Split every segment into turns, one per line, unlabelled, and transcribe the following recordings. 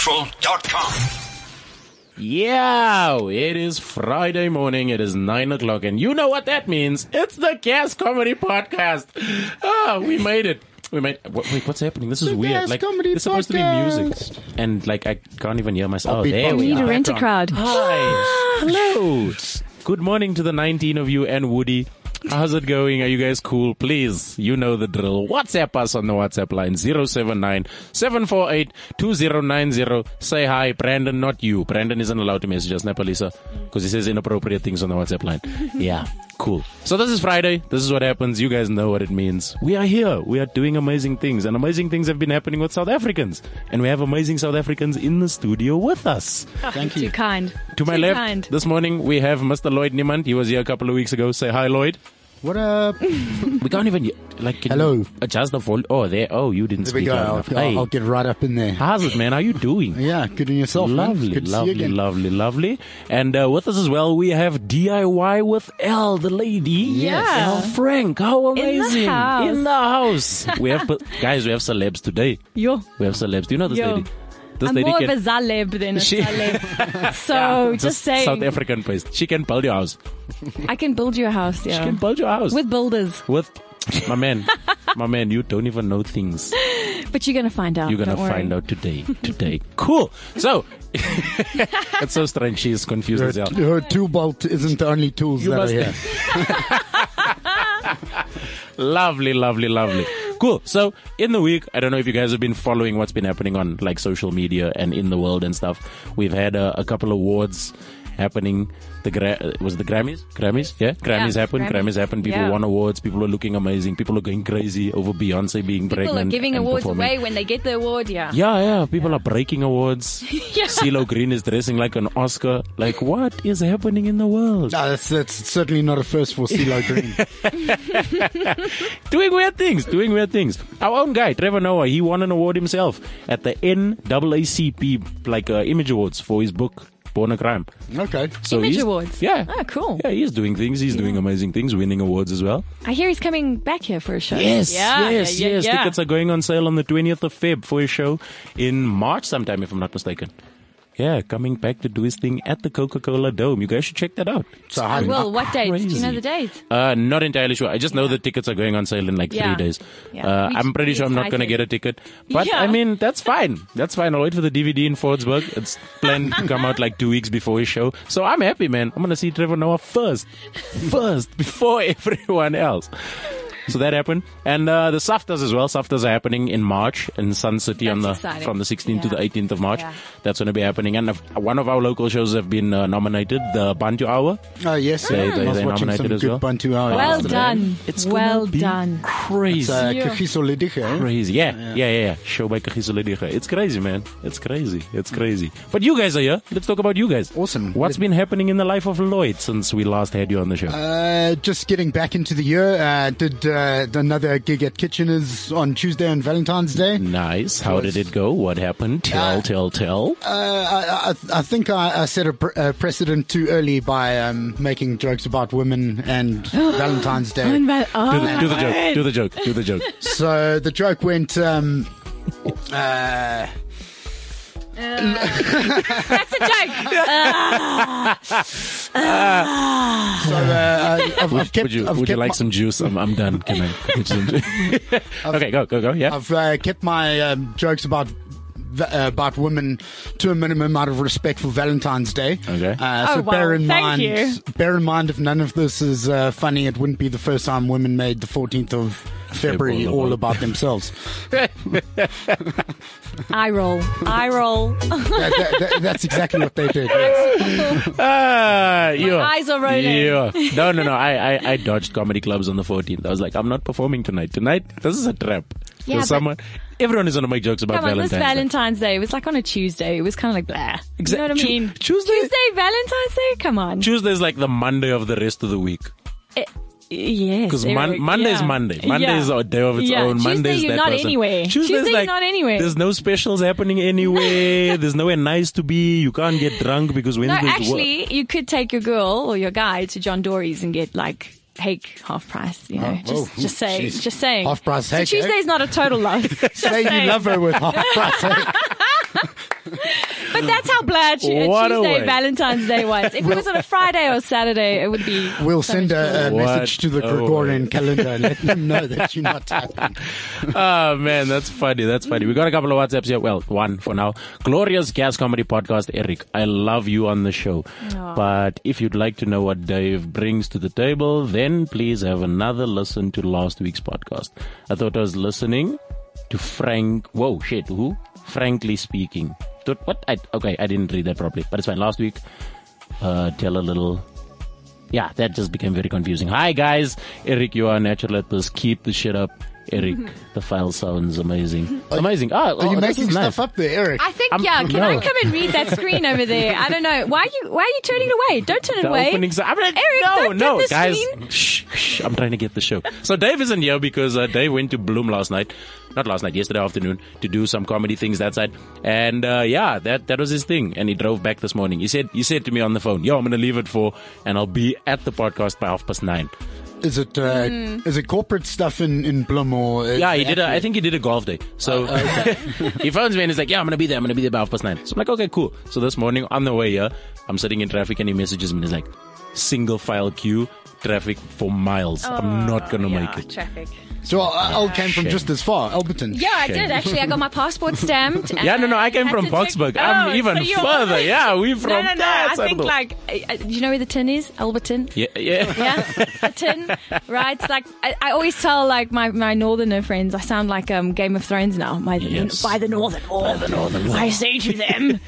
CliffCentral.com.
Yeah, it is Friday morning. It is nine o'clock, and you know what that means. It's the Gas Comedy Podcast. Ah, we made it. We made. What, wait, what's happening? This is weird.
Gas
like
Comedy
it's supposed to be music,
Podcast.
and like I can't even hear myself. Oh,
beat
there
box.
we
We
need
are.
to rent a crowd.
Hi. Hello. Good morning to the 19 of you and Woody. How's it going? Are you guys cool? Please, you know the drill. WhatsApp us on the WhatsApp line 079 748 2090. Say hi, Brandon, not you. Brandon isn't allowed to message us, Nepalisa, because he says inappropriate things on the WhatsApp line. yeah, cool. So this is Friday. This is what happens. You guys know what it means. We are here. We are doing amazing things, and amazing things have been happening with South Africans. And we have amazing South Africans in the studio with us.
Thank
Too
you.
kind.
To my
Too
left,
kind.
this morning we have Mr. Lloyd Niemand. He was here a couple of weeks ago. Say hi, Lloyd.
What up?
We can't even like can
Hello.
you adjust the vol. Oh, there. Oh, you didn't
There we
speak
go.
loud
I'll,
enough.
I'll-
Hey,
I'll get right up in there.
how's it, man? How you doing?
Yeah, good in yourself. man.
Lovely,
Good to see you
lovely,
again.
lovely, lovely. And uh, with us as well, we have DIY with L, the lady.
Yes. Yeah.
L Frank. How
the
amazing.
house.
In the house. we have, guys, we have celebs today.
Yo.
We have celebs. Do you know this
Yo.
lady? This
I'm
lady
more
can.
of a Zaleb than a
She-
Zaleb. So
It's a
just saying,
South African place. She can build your house.
I can build you a house. Yeah.
She can build your house.
with builders,
with my man. my man, you don't even know things.
but you're gonna find out.
You're gonna
Don't worry.
find out today. Today. cool. So it's so strange. She is confused
Her,
as hell.
her two bolt isn't the only tools
You
that are
must-
here.
Lovely, lovely, lovely. Cool. So in the week, I don't know if you guys have been following what's been happening on like social media and in the world and stuff. We've had uh, a couple awards happening. The gra- uh, was it the Grammys, Grammys, yeah, Grammys
Yeah,
happened. Grammys.
Grammys.
happened. People
Yeah.
won awards. People are looking amazing. People are going crazy over Beyonce being
People are
pregnant.
giving
and
awards
performing.
away when they get the award. Yeah.
Yeah, yeah. People are breaking awards.
Yeah.
CeeLo Green is dressing like an Oscar. Like, what is happening in the world?
No, Uh, that's, that's certainly not a first for CeeLo Green.
Doing weird things, doing weird things. Our own guy, Trevor Noah, he won an award himself at the NAACP, like uh, Image Awards, for his book Born a Crime.
okay.
So
Image
he's-
Awards?
Yeah.
Oh, cool.
Yeah, he's doing things. He's doing amazing things, winning awards as well.
I hear he's coming back here for a show.
Yes,
Yeah,
yes,
yeah, yeah,
yes.
yeah.
Tickets are going on sale on the 20th of Feb for his show in March sometime, if I'm not mistaken. Yeah, coming back to do his thing at the Coca Cola Dome. You guys should check that out.
So
I
I'm-
will. What date? Do you know
Crazy.
the date?
Uh, not entirely sure. I just know the tickets are going on sale in like
Yeah.
three days.
Yeah.
Uh,
We
I'm
should
pretty
be
sure I'm not going to
excited.
get a ticket. But I
Yeah.
mean, that's fine. That's fine. I'll wait for the DVD in Fordsburg. It's planned to come out like two weeks before his show. So I'm happy, man. I'm going to see Trevor Noah first. First, before everyone else. So that happened. And uh, the Saftas as well. Saftas are happening in March in Sun City on the
That's exciting.
from the 16th to the
Yeah.
18th of March.
Yeah.
That's going to be happening. And uh, one of our local shows have been uh, nominated, the Bantu Hour.
Oh, yes.
They-
yeah.
they-
I was
they
watching some
nominated as
good
well.
Bantu hours.
Well
yesterday.
done.
Hmm. It's
well
gonna be
done.
Crazy.
It's, uh,
Yeah.
Kagiso Lediga, eh?
crazy. Yeah, yeah, yeah. yeah. Show by Kagiso Lediga. It's crazy, man. It's crazy. It's crazy. But you guys are here. Let's talk about you guys.
Awesome.
What's
Let-
been happening in the life of Lloyd since we last had you on the show?
Uh, just getting back into the year. Uh, did uh, another gig at Kitchener's on Tuesday on Valentine's Day.
Mm. nice. How did it go? What happened? Tell,
Uh,
tell, tell.
Uh, I, I, I think I, I set a, pre- a precedent too early by um, making jokes about women and Valentine's Day. Oh
do, the, do the joke. Do
Oh,
the joke. Do the joke.
So the joke went. Um,
That's a joke. Uh,
so uh, I've, I've kept.
would you,
I've
would you
kept
like
my,
some juice? I'm, I'm done. Can I get some juice? okay, go, go, go. Yeah.
I've uh, kept my um, jokes about. v- Uh, about women to a minimum out of respect for Valentine's Day.
Okay.
Uh, so
Oh, wow.
bear in
Thank
mind,
you.
bear in mind, if none of this is uh, funny, it wouldn't be the first time women made the 14th of February
February.
all about themselves.
I roll. I roll.
that, that, that, that's exactly what they did. yes.
Ah, yeah.
eyes are rolling.
Yeah. No, no, no. I, I, I dodged comedy clubs on the 14th. I was like, I'm not performing tonight. Tonight, this is a trap.
Yeah,
There's
but-
someone, everyone is going to make jokes about
Come on,
Valentine's.
this Valentine's Day. It was like on a Tuesday. It was kind of like blah. You know what I
Exact- Tu-
mean?
Tuesday-
Tuesday, Valentine's Day. Come on.
Tuesday is like the Monday of the rest of the week.
Eh, yes.
Because Mon-
Eric,
Monday is
yeah.
Monday. Monday
Yeah.
is a day of its
Yeah.
own.
Tuesday,
Monday is
you're
that
not
person.
anywhere.
Tuesday's
Tuesday, you're
like,
not anywhere.
There's no specials happening anywhere. there's nowhere nice to be. You can't get drunk because
No,
Wednesday's work.
actually, you could take your girl or your guy to John Dory's and get like cake half price. You know,
Oh,
just
oh,
just saying,
jeez.
just saying.
Half price
So
cake, eh?
Tuesday's not a total love. just
Say you
saying.
eh? love her with half price.
But that's how bland Tu- uh,
What a
Tuesday
way.
Valentine's Day was. If it was on a Friday or Saturday, it would be.
We'll send a, a
What Oh,
message to the
a
Gregorian
way.
calendar and let them know that you're not typing.
oh man, that's funny. That's funny. We got a couple of WhatsApps here. Well, one for now. Glorious Gas Comedy Podcast, Eric. I love you on the show.
Aw.
But if you'd like to know what Dave brings to the table, then please have another listen to last week's podcast. I thought I was listening to Frank. Whoa, shit. Who? Frankly speaking. Thought- What? I, okay, I didn't read that properly, but it's fine. Last week, uh, tell a little yeah, that just became very confusing. Hi guys, Eric, you are a natural at this. Keep the shit up, Eric. the file sounds amazing, amazing. Oh,
Are you making stuff up there, Eric?
I think
I'm-
yeah. Can I
no.
come and read that screen over there? I don't know. Why are you Why are you turning it away? Don't turn it
The
away.
opening so- I'm like,
Eric,
no,
don't
no,
turn the
guys.
screen.
Shh, shh, I'm trying to get the show. So Dave isn't here because uh, Dave went to Bloom last night, not last night, yesterday afternoon to do some comedy things that side. And uh, yeah, that that was his thing. And he drove back this morning. He said he said to me on the phone, "Yo, I'm gonna leave at four, and I'll be at the podcast by half past nine.
Is it uh,
Mm.
is it corporate stuff in in Blum or uh, is
Yeah,
it
he did. A,
actually-
I think he did a golf day. So he phones me and he's like, "Yeah, I'm gonna be there. I'm gonna be there by half past nine. So I'm like, "Okay, cool." So this morning on the way here, I'm sitting in traffic and he messages me and he's like, "Single file queue, traffic for miles. I'm not gonna
Yeah,
make it."
Traffic.
so. I, I came from
Shame.
just as far, Alberton.
Yeah, I
Shame.
did actually. I got my passport stamped.
Yeah, no, no, I
and
came
had
from
to check-
Boksburg. I'm
Oh,
even
so you're-
further. Yeah, we from
No, no, no.
that
I
side of
think
the-
like, uh, uh, do you know where the tin is? Alberton.
yeah, yeah.
Yeah, a tin, right? It's like I, I always tell like my, my northerner friends, I sound like um Game of Thrones now. By the,
Yes.
by the northern wall, by the northern wall. I say to them,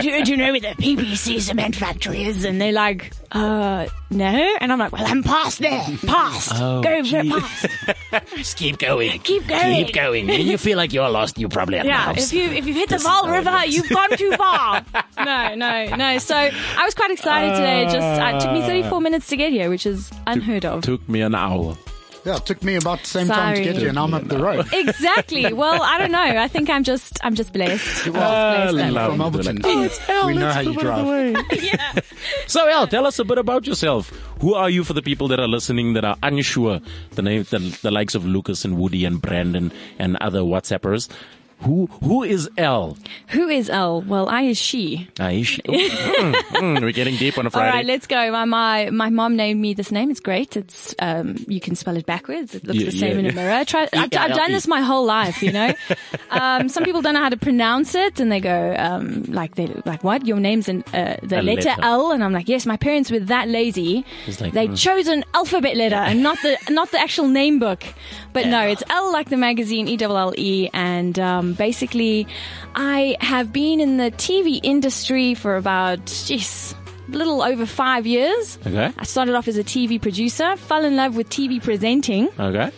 do, do you know where the PPC cement factory is? And they're like, uh, no. And I'm like, well, I'm past there, past,
Oh,
go, go
gee.
past,
Just keep going.
keep going.
going. When you feel like you're lost, you probably have
Yeah, if you if you've hit the Vaal River, you've gone too far. no, no, no. So I was quite excited today. It Just uh, it took me 34 minutes to get here, which is unheard of.
Took me an hour.
Yeah, it took me about the same time to
Sorry.
get here, and I'm up the road.
Exactly. Well, I don't know. I think I'm just I'm just blessed.
Ah,
Blessed.
love.
from Alberton.
Oh,
we know how you drive.
So, El, tell us a bit about yourself. Who are you for the people that are listening that are unsure? The name, the, the likes of Lucas and Woody and Brandon and other WhatsAppers. Who who is El?
Who is L? Well, I is she.
Aish. Mm, mm, we're getting deep on a
All
Friday.
right, let's go. My my my mom named me this name. It's great. It's um you can spell it backwards. It looks
Yeah,
the same
yeah,
in a
yeah.
mirror. Try, I've, I've done this my whole life, you know. um, some people don't know how to pronounce it, and they go um like they like what your name's in uh,
A
the letter,
letter.
L, and I'm like yes, my parents were that lazy.
It's like,
they
mm.
chose an alphabet letter and not the not the actual name book. But no, it's L like the magazine E double L E, and um, basically, I have been in the TV industry for about jeez. Little over five years.
Okay.
I started off as a TV producer, fell in love with TV presenting,
Okay.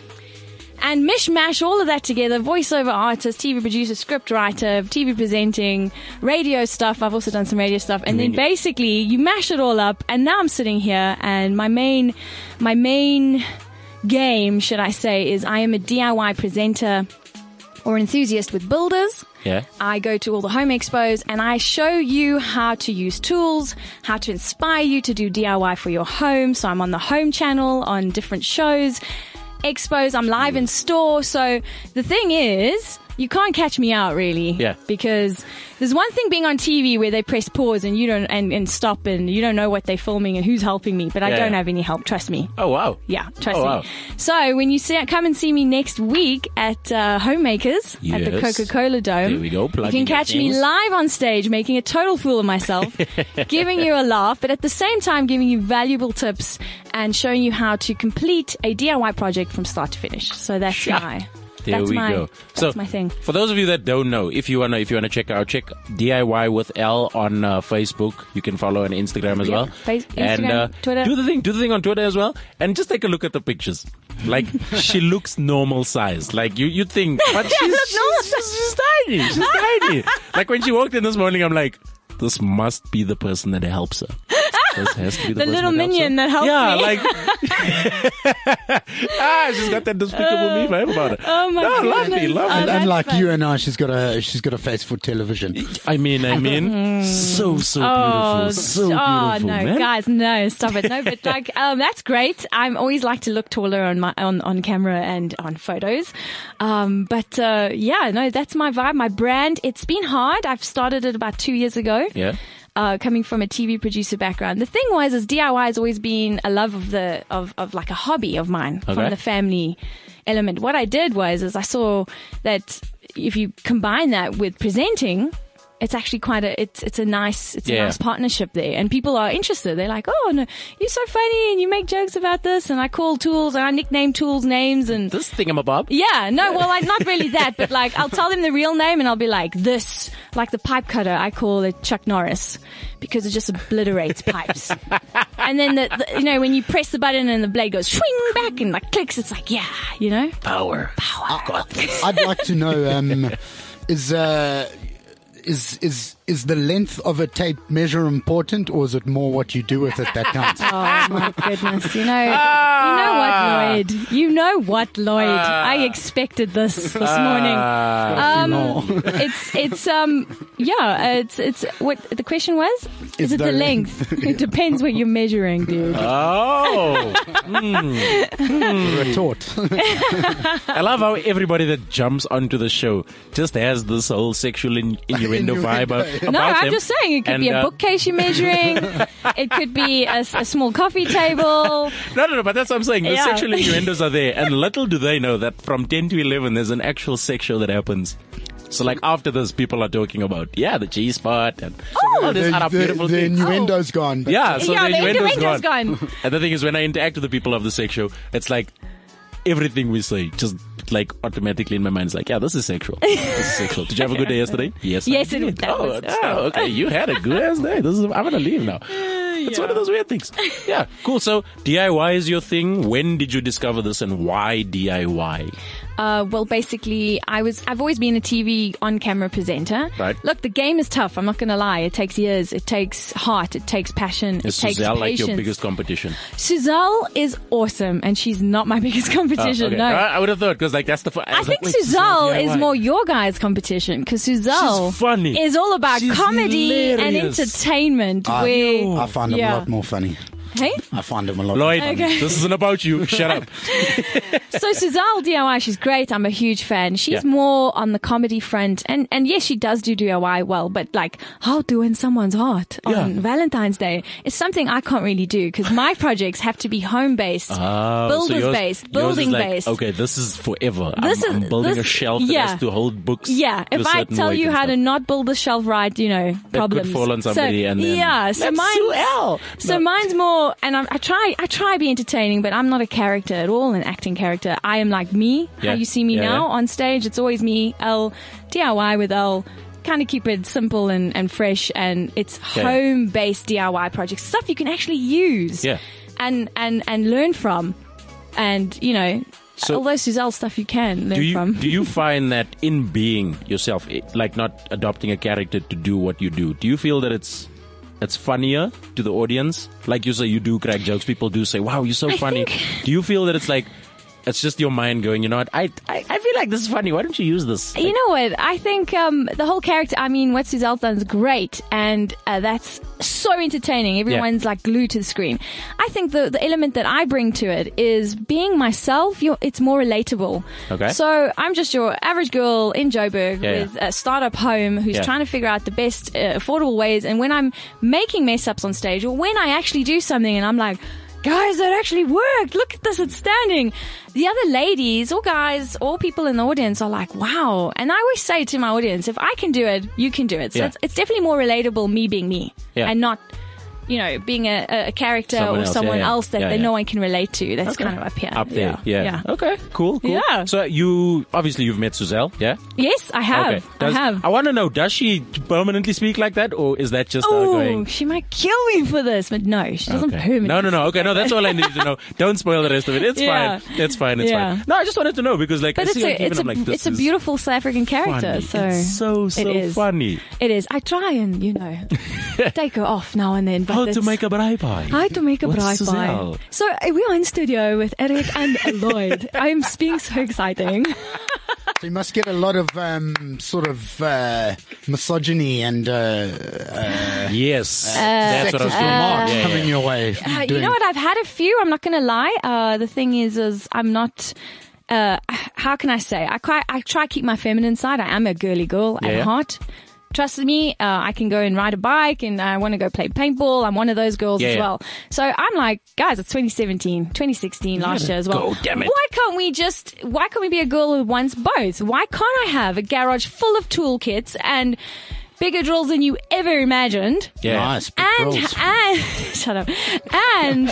and mishmash all of that together voiceover artist, TV producer, script writer, TV presenting, radio stuff. I've also done some radio stuff. And then
Really?
basically you mash it all up and now I'm sitting here and my main my main game, should I say, is I am a DIY presenter or enthusiast with builders.
Yeah.
I go to all the home expos and I show you how to use tools, how to inspire you to do DIY for your home. So I'm on the home channel, on different shows, expos, I'm live in store. So the thing is, you can't catch me out really.
Yeah.
Because there's one thing being on TV where they press pause and you don't, and, and stop and you don't know what they're filming and who's helping me, but I
Yeah,
don't
yeah.
have any help. Trust me.
Oh wow.
Yeah,
Oh,
trust me.
wow.
So when you see, come and see me next week at uh, Homemakers at the
Yes.
Coca Cola Dome.
There we go,
You
plugging
can
your
catch me
things.
live on stage making a total fool of myself, giving you a laugh, but at the same time giving you valuable tips and showing you how to complete a DIY project from start to finish. So that's
Sha.
my.
There
that's
we
my,
go.
That's
so
my thing.
For those of you that don't know, if you wanna if you wanna check out check DIY with L on uh, Facebook, you can follow on Instagram as
Yep.
well.
Face-
and uh,
Instagram, Twitter.
do the thing, do the thing on Twitter as well, and just take a look at the pictures. Like she looks normal sized. Like you you think, but she's, she's, she's, she's tiny. She's tiny. like when she walked in this morning, I'm like, this must be the person that helps her. This has to be the,
The
person
little
that helps
minion
her.
that helps
yeah,
me.
like ah, she's got that despicable me vibe about it.
oh my
no, lovely,
goodness.
lovely.
Oh,
And
that's
unlike
fun.
you and I, she's got a she's got a face for television.
I mean, I mean, so so
Oh,
beautiful, so beautiful,
oh no,
man.
guys, no, stop it, no. But like, um, that's great. I'm always like to look taller on my on, on camera and on photos. Um, but uh, yeah, no, that's my vibe, my brand. It's been hard. I've started it about two years ago.
Yeah.
Uh, coming from a TV producer background, the thing was is DIY has always been a love of the of of like a hobby of mine
Okay.
from the family element. What I did was is I saw that if you combine that with presenting. It's actually quite a it's it's a nice it's
Yeah.
a nice partnership there, and people are interested. They're like, "Oh no, you're so funny, and you make jokes about this." And I call tools, and I nickname tools names, and
This thingamabob.
yeah, no, well, like not really that, but like I'll tell them the real name, and I'll be like this, like the pipe cutter. I call it Chuck Norris because it just obliterates pipes. and then the, the you know when you press the button and the blade goes swing back and like clicks, it's like yeah, you know.
Power.
I'd like to know um, is uh, is is is the length of a tape measure important, or is it more what you do with it that counts?
Oh my goodness! You know, you know what, Lloyd? You know what, Lloyd? I expected this this morning.
Ah.
Um, it's it's um yeah it's it's what the question was
It's
is it the
the
length it depends what you're measuring dude
Uh, Oh, Hmm.
Retort.
I love how everybody that jumps onto the show just has this whole sexual in- innuendo vibe
Innuendo,
of,
yeah.
about
no i'm
them.
just saying it could
And,
be a
uh,
bookcase you're measuring it could be a, s- a small coffee table
No, no, no, but that's what I'm saying. The
Yeah.
sexual innuendos are there, and little do they know that from 10 to 11, there's an actual sex show that happens. So, like, after this, people are talking about, yeah, the G spot and all
Oh, the,
these other
the,
beautiful
the
things.
innuendo's
Oh.
gone. But
Yeah, so
Yeah,
the
the
innuendo's
innuendo's
gone.
gone.
and the thing is, when I interact with the people of the sex show, it's like everything we say just like automatically in my mind is like, yeah, this is sexual. This is sexual. Did you have a good day yesterday? Yes. I
Yes, it-
did.
that
oh,
was-
it's- oh, okay. You had a good ass day. This is. I'm gonna leave now. It's one of those weird things. Yeah, cool. So DIY is your thing. When did you discover this, and why DIY?
Uh, well, basically, I was I've always been a TV on camera presenter.
Right.
Look, the game is tough. I'm not going to lie. It takes years. It takes heart. It takes passion.
Is
it takes
Suzelle like
patience.
your biggest competition?
Suzelle is awesome, and she's not my biggest competition.
Oh, okay.
No.
I, I would have thought because like that's the. fu-
I
was
think
like, wait,
Suzelle is
DIY.
more your guys' competition because Suzelle
She's funny.
is all about
She's
comedy and
hilarious.
entertainment. where,
I find him a
Yeah.
lot more funny.
hey,
I find him a lot.
Lloyd,
more funny.
Okay.
this isn't about you. Shut up.
so Suzelle DIY, she's great. I'm a huge fan. She's
Yeah.
more on the comedy front, and and yes, she does do DIY well, but like how to win someone's heart on
Yeah.
Valentine's Day is something I can't really do because my projects have to be home based,
Oh, so
builders
yours-
based,
yours is
building
like,
based.
Okay, this is forever.
This
I'm,
is-
I'm building
this-
a shelf
yeah.
that has to hold books.
Yeah,
to a
if I
certain
tell
weight
you
and
how
stuff.
to not build the shelf right, you know, problems.
fall on somebody
so,
and then-
yeah, so
That's Sue
mine's
L.
so
No.
mine's more, and I'm, I try I try to be entertaining, but I'm not a character at all, an acting character. I am like me.
Yeah.
How you see me
Yeah,
now
yeah.
on stage, it's always me. L DIY with L. Kind of keep it simple and, and fresh, and it's
Yeah.
home based DIY projects, stuff you can actually use
Yeah.
and and and learn from, and you know.
So-
although Suzelle stuff you can learn
do you
from.
do you find that in being yourself, it, like not adopting a character to do what you do? Do you feel that it's it's funnier to the audience? Like you say, you do crack jokes. People do say, "Wow, you're so
I
funny."
think-
Do you feel that it's like it's just your mind going? You know what? I I, I feel like this is funny. Why don't you use this?
You know what? I think um, the whole character. I mean, what Suzanne's done is great, and uh, that's so entertaining. Everyone's like glued to the screen. I think the the element that I bring to it is being myself. You're, it's more relatable.
Okay.
So I'm just your average girl in Joburg
Yeah, yeah.
with a startup home who's
Yeah.
trying to figure out the best uh, affordable ways. And when I'm making mess ups on stage, or when I actually do something, and I'm like. Guys, that actually worked. Look at this, it's standing. The other ladies or guys or people in the audience are like, wow. And I always say to my audience, if I can do it, you can do it. So
Yeah.
it's, it's definitely more relatable, me being me
Yeah.
and not, you know, being a, a a character
Someone
or
else,
someone
yeah, yeah.
else that,
Yeah,
that
yeah.
no one can relate to. That's
Okay.
kind of up here.
Up there, yeah.
yeah.
Okay, cool, cool.
Yeah.
So you obviously you've met Suzelle, yeah?
Yes, I have.
Does-
I have.
want to know, does she permanently speak like that, or is that just her
Oh,
going?
she might kill me for this, but no, she doesn't
Okay.
permanently.
No, no, no. Okay, no. That's all I needed to know. Don't spoil the rest of it. It's
Yeah.
fine. It's fine. It's
Yeah.
fine. No, I just wanted to know because, like,
But
I
it's
see on
a,
TV and
it's a,
I'm like, this
it's a
is
beautiful South African
funny.
character. So
it's so so
it is.
funny.
It is. I try and you know they go off now and then. But
How to
it's-
make a braipai?
How to make a
With
bride
Suzelle.
pie. So uh, we are in studio with Eric and Lloyd. I'm being so exciting.
So you must get a lot of um, sort of uh, misogyny and uh, uh,
Yes, that's what I was
sexist
doing.
remarks
Yeah, yeah.
coming your way.
Uh, you
Doing-
know what? I've had a few. I'm not going to lie. Uh, the thing is, is I'm not. Uh, how can I say? I quite, I try to keep my feminine side. I am a girly girl
Yeah.
at heart. Trust me, uh, I can go and ride a bike and I want to go play paintball. I'm one of those girls
Yeah,
as
yeah.
well. So I'm like, guys, it's 2017, 2016 last year as well.
go, damn it.
Why can't we just, why can't we be a girl who wants both? Why can't I have a garage full of toolkits and bigger drills than you ever imagined?
Yeah.
Nice. big
and
girls.
and shut up and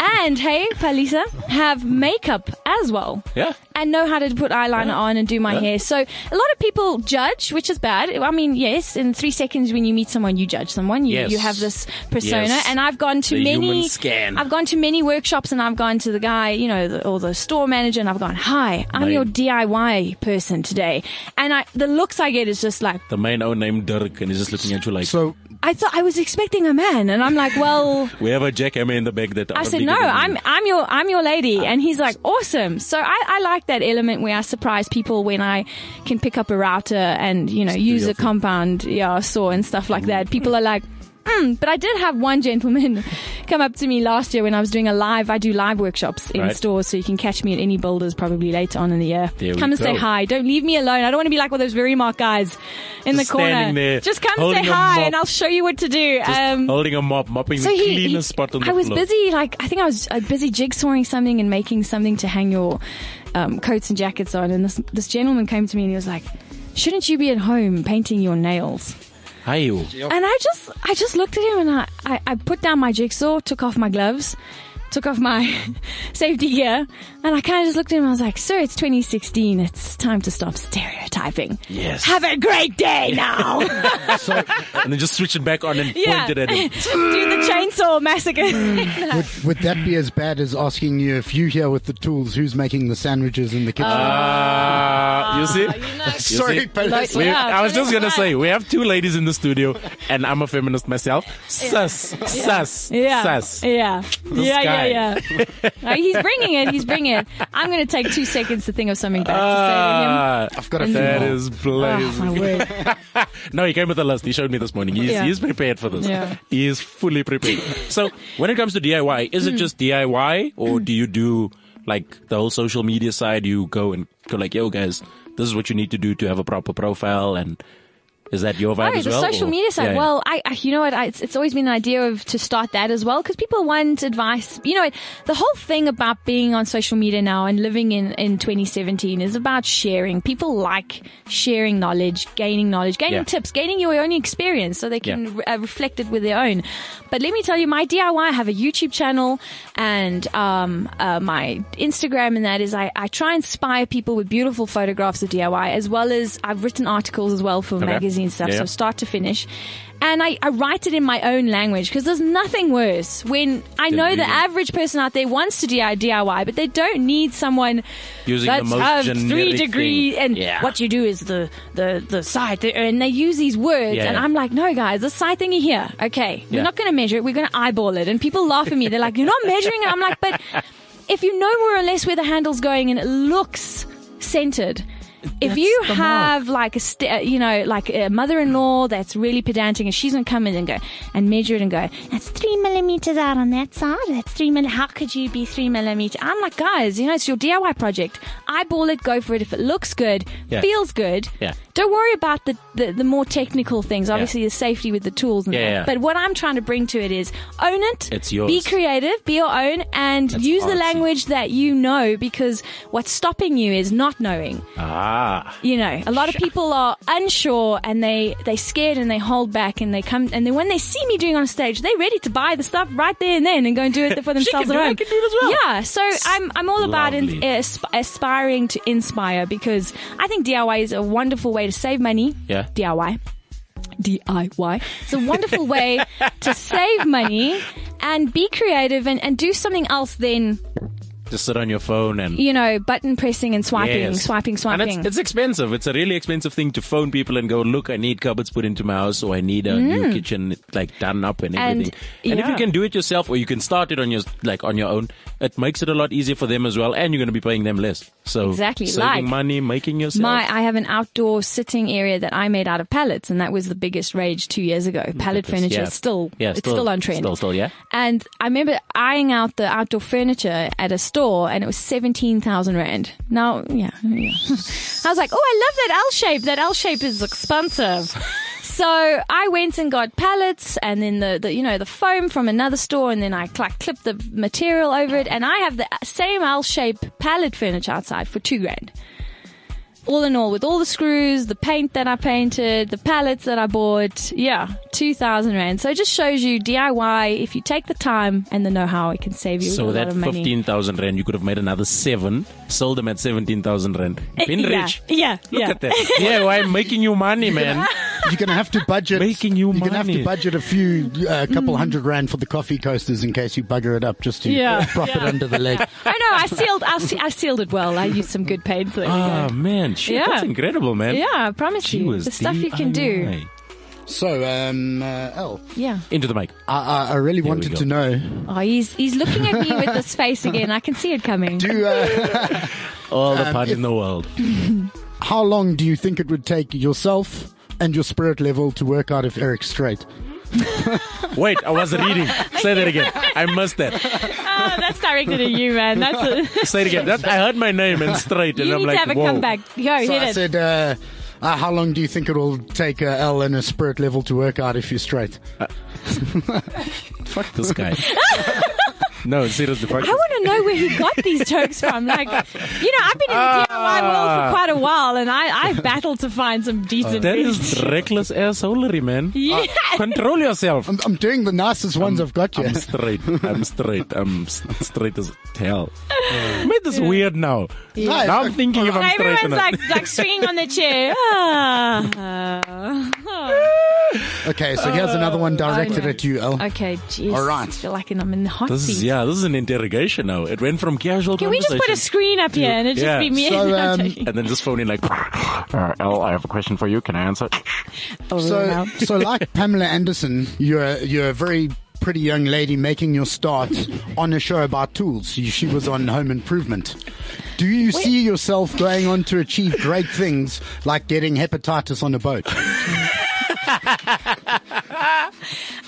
and hey palisa have makeup as well
Yeah.
and know how to put eyeliner on and do my
Yeah.
hair so a lot of people judge which is bad i mean yes in three seconds when you meet someone you judge someone you,
Yes.
you have this persona
Yes.
and i've gone to
The
many
human scan.
i've gone to many workshops and i've gone to the guy you know the, or the store manager and i've gone hi i'm
Mate.
your diy person today and i the looks i get is just like
The main own named Dirk, and he's just looking at you like,
so
i thought i was expecting a man and i'm like well
we have a jackhammer in the back that
I said, "No, I'm I'm your I'm your lady," and he's like, "Awesome." So I, I like that element where I surprise people when I can pick up a router and you know use
your Mm-hmm.
a
thing.
compound yeah saw and stuff like that. People are like. Mm, but I did have one gentleman come up to me last year when I was doing a live. I do live workshops in
Right.
stores, so you can catch me at any builders probably later on in the year.
There we
come and say
go.
hi. Don't leave me alone. I don't want to be like one of those very marked guys in
Just
the corner.
standing there,
Just come say
holding a
hi,
mop.
and I'll show you what to do. um,
holding a mop, mopping the cleanest spot on the
I was
floor.
busy, like I think I was uh, busy jigsawing something and making something to hang your um, coats and jackets on. And this this gentleman came to me and he was like, "Shouldn't you be at home painting your nails?"
Ayo.
And I just I just looked at him and I I, I put down my jigsaw, took off my gloves. Took off my safety gear and I kind of just looked at him and I was like, Sir, it's 2016. It's time to stop stereotyping.
Yes.
Have a great day now.
and then just switch it back on and
yeah.
point it
Do
at him.
the chainsaw massacre.
would, would that be as bad as asking you if you here with the tools, who's making the sandwiches in the kitchen?
Uh,
Ah, you see? You see?
Sorry, but
We-
Yeah,
I was just gonna
right.
say we have two ladies in the studio, and I'm a feminist myself. Sus, sus,
Yeah.
sus.
Yeah. yeah,
guy.
yeah, yeah, Uh, He's bringing it. He's bringing it. I'm going to take two seconds to think of something bad
Ah,
I've got a few
that
more.
is
to say to him. Oh,
blazing.
my word.
No, he came with a list. He showed me this morning. He's,
Yeah.
he's prepared for this.
Yeah.
He is fully prepared. so, when it comes to DIY, is
Hmm.
it just DIY or do you do like the whole social media side? You go and go like, yo, guys, this is what you need to do to have a proper profile. And is that your vibe
Oh,
as
the
well?
social
or-
media side.
Yeah, yeah.
Well, I, I, you know what? I, it's, it's always been an idea of to start that as well because people want advice. You know, the whole thing about being on social media now and living in, in 2017 is about sharing. People like sharing knowledge, gaining knowledge, gaining
Yeah.
tips, gaining your own experience so they can
Yeah.
re- uh, reflect it with their own. But let me tell you, my DIY, I have a YouTube channel and um, uh, my Instagram, and that is I, I try and inspire people with beautiful photographs of DIY, as well as I've written articles as well for magazine stuff,
Yeah, yeah.
so start to finish. And I, I write it in my own language because there's nothing worse when I know the
reading.
average person out there wants to DIY, DIY, but they don't need someone
Using the
that's
most
have three
generic
degree
thing.
and
Yeah.
what you do is the the the side th- and they use these words
Yeah,
and
yeah.
I'm like, no guys, the side thingy here. Okay,
Yeah.
we're not going to measure it. We're going to eyeball it. And people laugh at me. They're like, you're not measuring it. I'm like, but if you know more or less where the handle's going and it looks centered. If you
the mark.
have have, like a st- uh, you know like a mother-in-law that's really pedantic and she's gonna come in and go and measure it and go that's three millimeters out on that side that's three mil how could you be three millimeter i'm like guys you know it's your diy project eyeball it go for it if it looks good
Yeah.
feels good
Yeah.
don't worry about the, the the more technical things obviously the safety with the tools and
Yeah,
that.
yeah.
but what i'm trying to bring to it is own it
It's yours.
be creative be your own and use the
artsy.
language that you know because what's stopping you is not knowing
Ah,
you know a lot of people are unsure and they they scared and they hold back and they come and then when they see me doing on stage they're ready to buy the stuff right there and then and go and do it for themselves
do it,
at home
I can do it as well.
yeah so i'm i'm all about in, eh,
Lovely.
asp- aspiring to inspire because i think diy is a wonderful way to save money
Yeah.
diy DIY. It's a wonderful way to save money and be creative and, and do something else than
to sit on your phone and
you know, button pressing and swiping,
Yes.
swiping, swiping.
And it's, it's expensive. It's a really expensive thing to phone people and go, look, I need cupboards put into my house or I need a new kitchen like done up and
Mm. And-
everything. And, if you
yeah.
can do it yourself or you can start it on your, like on your own, it makes it a lot easier for them as well. And you're going to be paying them less. So
Exactly,
saving
like-
money, making yourself.
My, I have an outdoor sitting area that I made out of pallets, and that was the biggest rage two years ago. Pallet
this,
furniture
yeah.
is still,
Yeah,
it's
still-
still on trend.
still- still, yeah.
And I remember eyeing out the outdoor furniture at a store, and it was seventeen thousand rand. Now, yeah, yeah. I was like, oh, I love that L shape. That L shape is expensive. So I went and got pallets and then the, the you know the foam from another store and then I like clipped the material over it and I have the same L shape pallet furniture outside for two grand all in all, with all the screws, the paint that I painted, the pallets that I bought, yeah, 2,000 Rand. So it just shows you DIY, if you take the time and the know how, it can save you a
so
lot
that
of money.
15,000 rand, you could have made another seven, sold them at 17,000 rand. Been
yeah,
rich.
Yeah,
Look
yeah.
at that. Yeah, why I'm making you money, man.
You're gonna have to budget.
Making you
You're gonna have
money.
to budget a few, uh,
Hmm.
couple hundred rand for the coffee coasters in case you bugger it up just to
Yeah.
prop it under the leg.
I know, I sealed, I, se- I sealed it well. I used some good paint. So there we
Oh
go.
man, shit,
Yeah.
that's incredible, man.
yeah, I promise
She
you.
was
The stuff you can do.
DIY.
So, um, uh, Al,
Yeah.
Into the mic.
I, I, I really wanted
go.
to know.
Oh, he's, he's looking at me with this face again. I can see it coming.
Do uh,
All
Um,
the fun
if-
in the world.
how long do you think it would take yourself and your spirit level to work out if Eric's straight?
Wait, I was reading. Say that again. I missed that.
Oh, that's directed at you, man. That's a,
Say it again. That, I heard my name and straight, and
You
I'm
need
like,
to have a
whoa.
comeback. Go,
So
hit
I
it.
said, uh, uh, how long do you think it will take uh, Al and a spirit level to work out if you're straight?
Fuck this guy. no, seriously. Fuck
I want to know where he got these jokes from. Like, you know, I've been in the
Ah.
DIY world for quite a while, and I, I've battled to find some decent.
that
things.
is reckless assholery, man.
yeah.
Control yourself.
I'm, I'm doing the nicest ones I've got here.
I'm straight. I'm straight. I'm s- straight as hell. Made this weird now.
No,
Now I'm
it's-
thinking if I'm straight or
Uh, Everyone's
not.
like like swinging on the chair. Ah.
Okay, so here's another one directed
no.
at you, Al.
okay, jeez.
All right.
I feel like I'm in the hot
this
seat.
is yeah. This is an interrogation now. It went from casual.
Can we just put a
conversation-
screen up here and it just
Yeah.
be me?
So,
and I'm
um,
joking.
and then just phone in like, Uh, L, I have a question for you. Can I answer?
Oh,
So,
wow.
so like Pamela Anderson, you're a, you're a very pretty young lady making your start on a show about tools. You- She was on Home Improvement. Do you see yourself going on to achieve great things like getting hepatitis on a boat?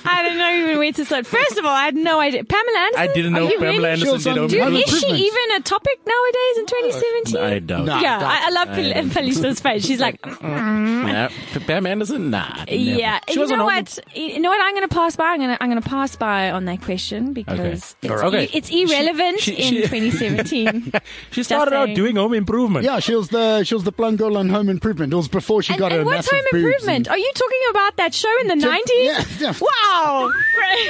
I don't know even where to start. First of all, I had no idea. Pamela Anderson.
I didn't
Are
know
you
Pamela
really?
Anderson
She was
did
on
Home
Dude,
Home
is she
Improvement.
even a topic nowadays in 2017?
I doubt.
No.
it.
Yeah,
doubt
I, I love
I
Fel-
don't.
Felicia's face. She's like,
Nah, P- Pam Anderson, nah. never.
yeah.
She
you
was on
know
Home-
what? You know what? I'm going to pass by. I'm going to I'm going to pass by on that question because
Okay.
it's,
Alright.
i-
Okay.
it's irrelevant
She- she-
in 2017.
She started out
saying.
doing home improvement.
Yeah, she was the she was the blonde girl on Home Improvement. It was before she
and
got
and
her
what's
massive
Home
boobs
Improvement? Are you talking about that show in the 90s?
yeah, yeah.
Wow. Right.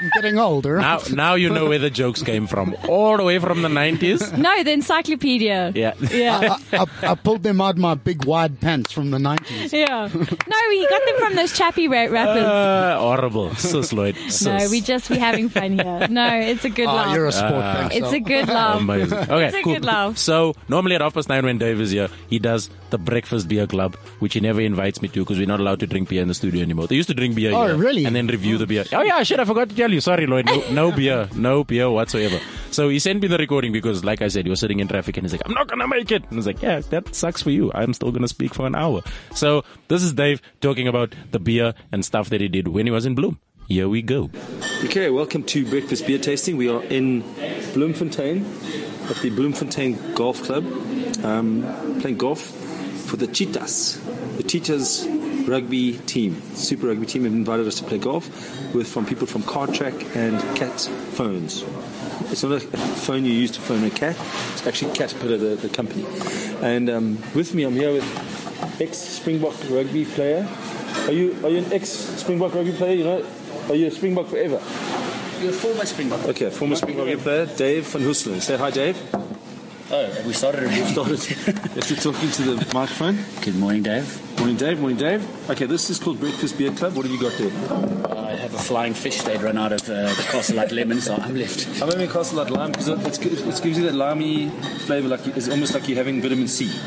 and getting older.
Now, now you know where the jokes came from. All the way from the 90s.
no, the encyclopedia.
Yeah.
Yeah.
I, I, I pulled them out of my big wide pants from the 90s.
yeah. No, we got them from those chappy ra- rappers.
Uh, horrible. Sis, Lloyd. Sis.
no, we just be having fun here. No, it's a good
Ah,
laugh.
you're a sport. thanks,
it's
Al.
a good laugh.
Amazing. Okay,
It's a
cool.
good laugh.
So normally at half past nine when Dave is here, he does the breakfast beer club, which he never invites me to because we're not allowed to drink beer in the studio anymore. They used to drink beer.
Oh,
here
really?
And then review the beer. Oh yeah, shit! I forgot to tell you. Sorry, Lloyd. No, no beer. No beer whatsoever. So he sent me the recording because, like I said, he was sitting in traffic and he's like, "I'm not gonna make it." And I was like, "Yeah, that sucks for you. I'm still gonna speak for an hour." So this is Dave talking about the beer and stuff that he did when he was in Bloom. Here we go.
Okay, welcome to Breakfast Beer Tasting. We are in Bloemfontein at the Bloemfontein Golf Club, um, playing golf for the Cheetahs, the Cheetahs rugby team, super rugby team, have invited us to play golf with from people from Cartrack and Cat Phones. It's not a phone you use to phone a cat. It's actually Caterpillar, the, the company. And um, with me, I'm here with ex-Springbok rugby player. Are you are you an ex-Springbok rugby player? You know, are you a Springbok forever?
You're a former Springbok.
Okay, former Springbok rugby player Dave van Hooselen. Say hi, Dave.
Oh, have we started
Started. Yes, you're talking to the microphone.
Good morning, Dave.
Morning, Dave. Morning, Dave. Okay, this is called Breakfast Beer Club. What have you got there?
I have a flying fish. They'd run out of uh, Castle Light lemon, so I'm left.
I'm having Castle Light Lime because it, it's, it gives you that limey flavour. Like it's almost like you're having vitamin C with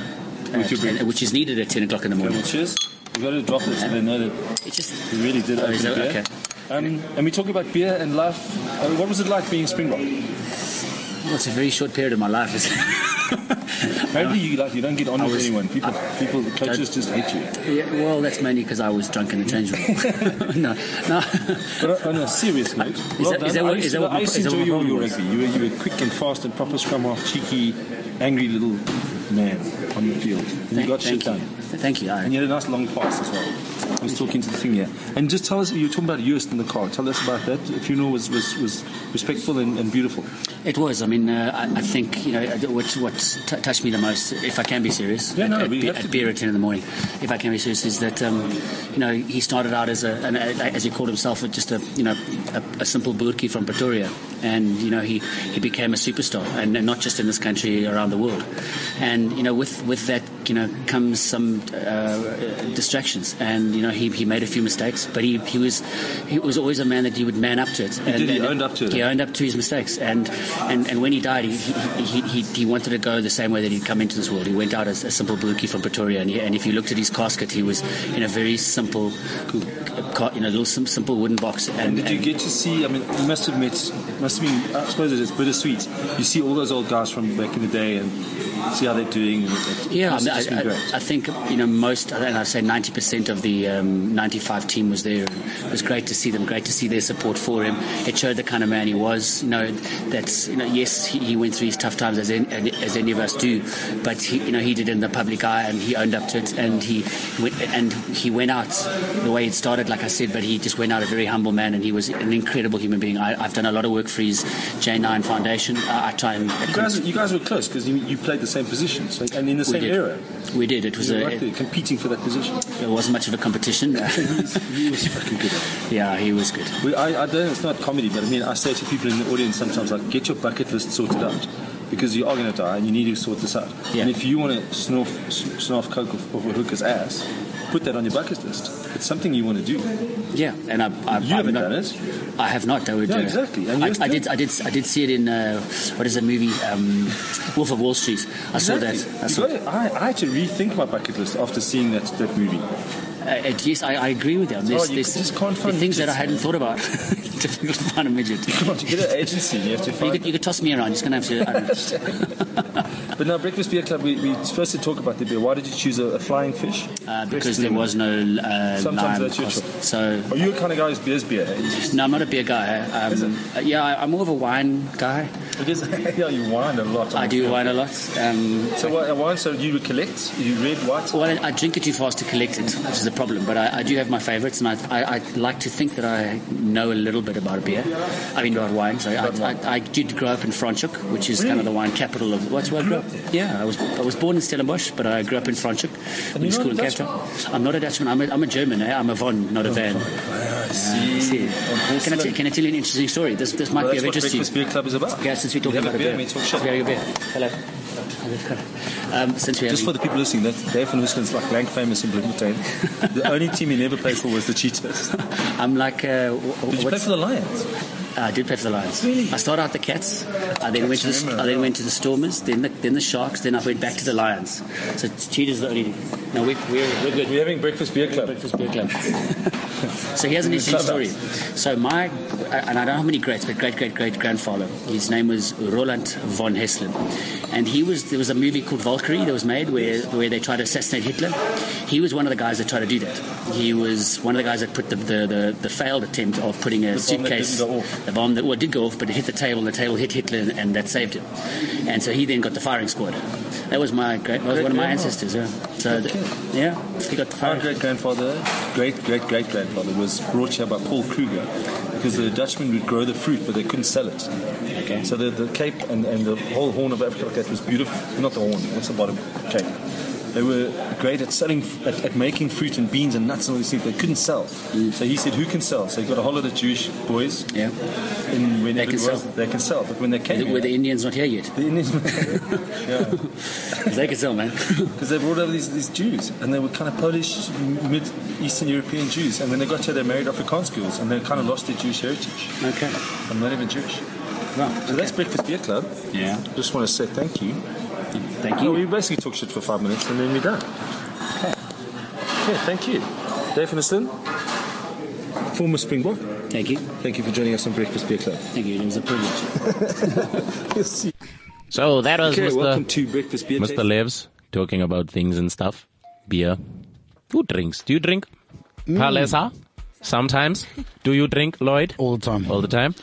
your
And- uh,
breakfast.
which is needed at 10 o'clock in the morning.
Well, cheers. We've got to drop it so they know that
It just
we really did
Oh,
open
is
the
that-
beer.
okay.
Um, and we talk about beer and life. I mean, what was it like being a Springbok?
well, it's a very short period of my life.
Apparently, you like you don't get on
I
with
was-
anyone. People,
I-
people, the coaches just hate you.
yeah, well, that's mainly because I was drunk in the change room. no, no.
But on a serious note, well
that-
done.
Uh, is that what-
I used
is
to,
that what
I
my-
used to
is that what
enjoy
my problem
your, your
was?
rugby. You were, you were quick and fast and proper scrum half, cheeky, angry little man on the field. And you got shit
thank
done.
Thank you.
And
I,
you had a nice long pass as well. I was talking to the thing here. And just tell us, you were talking about Yost in the car. Tell us about that. The funeral was, was, was respectful and, and beautiful.
it was. I mean, uh, I, I think you know what what t- touched me the most, if I can be serious,
Yeah,
at,
no,
at,
we
be-
have to
at
be.
beer at ten in the morning, if I can be serious, is that um, you know he started out as a an, as he called himself just a you know a, a simple burki from Pretoria, and you know he, he became a superstar, and, and not just in this country, around the world, and you know with with that you know comes some uh, distractions, and you know he, he made a few mistakes, but he, he was he was always a man that he would man up to it. and,
did, he
and-
owned up to it.
He owned up to his mistakes, and and, and when he died, he, he, he, he wanted to go the same way that he'd come into this world. He went out as a simple buki from Pretoria, and, he, and if you looked at his casket, he was in a very simple, ca- in a little sim- simple wooden box. And,
And did you
and-
get to see? I mean, you must have met. Must have been. I suppose it's bittersweet. You see all those old guys from back in the day and see how they're doing. And it, it
Yeah, I,
must
mean,
have just been
I,
great.
I, I think you know most, and I'd say ninety percent of the um, ninety-five team was there. It was great to see them. Great to see their support for him. It showed the kind of man he was. You know, that's you know, yes, he, he went through his tough times as any, as any of us do, but he, you know, he did it in the public eye and he owned up to it, and he went and he went out the way it started, like I said, but he just went out a very humble man, and he was an incredible human being. I, I've done a lot of work for his J9 Foundation. I, I try and
you guys, you guys were close because you, you played the same position so, and in the
we
same
did.
era.
We did. It was
You were
a.
right there, competing for that position.
It wasn't much of a competition.
he was fucking good.
yeah, he was good.
We, I, I don't. It's not comedy, but I mean, I say to people in the audience sometimes, like, get your bucket list sorted out because you are going to die and you need to sort this out.
Yeah.
And if you want to snorf snorf coke off, off a hooker's ass, put that on your bucket list. It's something you want to do.
Yeah, and I, I
You
I'm
haven't
not-
done it.
I have not. I would,
No,
uh,
exactly, and
I,
yours
I
too.
did. I did. I did see it in uh, what is the movie um, Wolf of Wall Street. I saw that.
Exactly.
I
You
saw it.
gotta- I, I had to rethink my bucket list after seeing that, that movie.
Uh, it- yes, I, I agree with you. There's,
Oh, you
there's
just can't
the
find
things that I
midgets,
hadn't thought about. Difficult to find a midget.
Come on, you get an agency, you have to
You
find.
could, you could toss me around. It's gonna have to. um, I don't know.
but now, Breakfast Beer Club, we, we're supposed to talk about the beer. Why did you choose a, a flying fish?
Uh, because there was no uh,
Sometimes
lime.
that's your
cost.
choice.
So
Are you the kind of guy who's beer's beer? eh?
no, I'm not a beer guy. Um,
Is it?
uh, Yeah, I- I'm more of a wine guy.
It is. yeah, you wine a lot.
I do wine a lot. Um,
So what, uh, wine, so you collect, you red, white.
Well, I, I drink it too fast to collect it, which is a problem. But I, I do have my favourites, and I, I, I like to think that I know a little bit about beer. I mean, about wine. So I, I, I did grow up in Franschhoek, which is kind of the wine capital of what's where I grew up. Yeah, I was I was born in Stellenbosch, but I grew up in Franschhoek. Went to
you're not
school in
a Oh,
Cape Town. I'm not a Dutchman. I'm a, I'm a German. Eh? I'm a von, not a van.
see.
See.
On horse
Can I,
lip.
t- can I tell you an interesting story? This this might
Well,
be
that's
of
what
interest to you.
Breakfast Beer Club is about.
Yeah, since we talked
We have
about
a beer and we
beer.
talk shit.
Yeah, your beer. Hello. Um, since we
Just
have
for the people listening, that Dave van Hoosken's like Lang famous in Bloemfontein. the only team he never played for was the Cheetahs. Did
I'm like, uh, w-
you play
what's,
for the Lions?
I did play for the Lions.
Really?
I started out the Cats. I then went to the
remember.
I then went to the Stormers. Then the, then the Sharks. Then I went back to the Lions. So it's Cheetahs the only. No, we, we're we're good.
We're having Breakfast Beer Club.
Breakfast beer club. so here's an interesting story. So my, uh, and I don't know how many greats, but great, great, great grandfather. His name was Roland von Hesslen, and he was there was a movie called Valkyrie that was made where where they tried to assassinate Hitler. He was one of the guys that tried to do that. He was one of the guys that put the the, the, the failed attempt of putting a
bomb that didn't
suitcase,
go off.
the bomb that well it did go off, but it hit the table, and the table hit Hitler, and, and that saved him. And so he then got the firing squad. That was my great, that was one of my ancestors. Yeah. So th- yeah, he got the
Our
firing.
great grandfather, great great great grandfather, was brought here by Paul Kruger because the Dutchmen would grow the fruit, but they couldn't sell it.
Okay.
So the, the Cape and, and the whole Horn of Africa like that was beautiful. Not the Horn. What's the bottom? Cape. They were great at selling, at, at making fruit and beans and nuts and all these things. They couldn't sell.
Mm.
So he said, who can sell? So he got a whole lot of Jewish boys.
Yeah.
And when
They
it
can
was,
sell.
They can sell. But when they came,
Were the Indians not here yet?
the Indians,
They can sell, man.
because they brought over these, these Jews, and they were kind of Polish, Mid Eastern European Jews. And when they got here, they married Afrikaans girls, and they kind of lost their Jewish heritage.
okay.
I'm not even Jewish. So
Wow.
that's Breakfast Beer Club.
Yeah.
Just want to say thank you.
Thank
Oh,
you.
we basically talk shit for five minutes and then we're done. Yeah, thank you. Dave Finiston, former Springbok,
Thank you.
thank you for joining us on Breakfast Beer Club.
Thank you. It was a privilege.
So that was
Okay, welcome
Mr.
to Breakfast Beer
Mr. Levs talking about things and stuff. Beer. Who drinks? Do you drink? Palesa? Sometimes. Do you drink, Lloyd?
all the time.
All the time.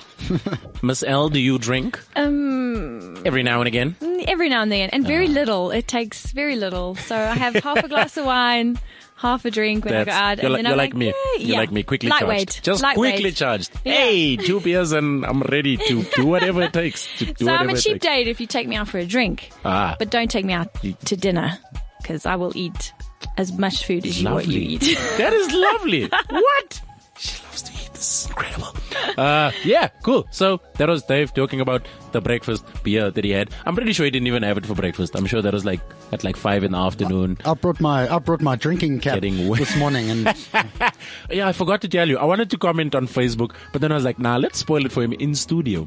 Miss L, do you drink? Um. Every now and again.
Every now and then, and very
Uh-huh.
little. It takes very little. So I have half a glass of wine, half a drink when
That's-
I go out.
you're
and
like,
then
you're
I'm
like, me.
"Yeah,
You're
yeah."
like me. Quickly
Lightweight.
charged. Just
Lightweight.
quickly charged.
Yeah.
Hey, two beers and I'm ready to do whatever it takes. To do
So I'm
whatever
a
it
cheap
takes.
date if you take me out for a drink.
Ah.
But don't take me out to dinner because I will eat as much food as you, what you
Lovely.
eat.
That is lovely. what? She loves to eat. This is incredible. Uh, yeah, cool. So that was Dave talking about the breakfast beer that he had. I'm pretty sure he didn't even have it for breakfast. I'm sure that was like at like five in the afternoon.
I brought my I brought my drinking cap
Getting wet.
this morning, and
Yeah, I forgot to tell you. I wanted to comment on Facebook, but then I was like, nah, let's spoil it for him in studio.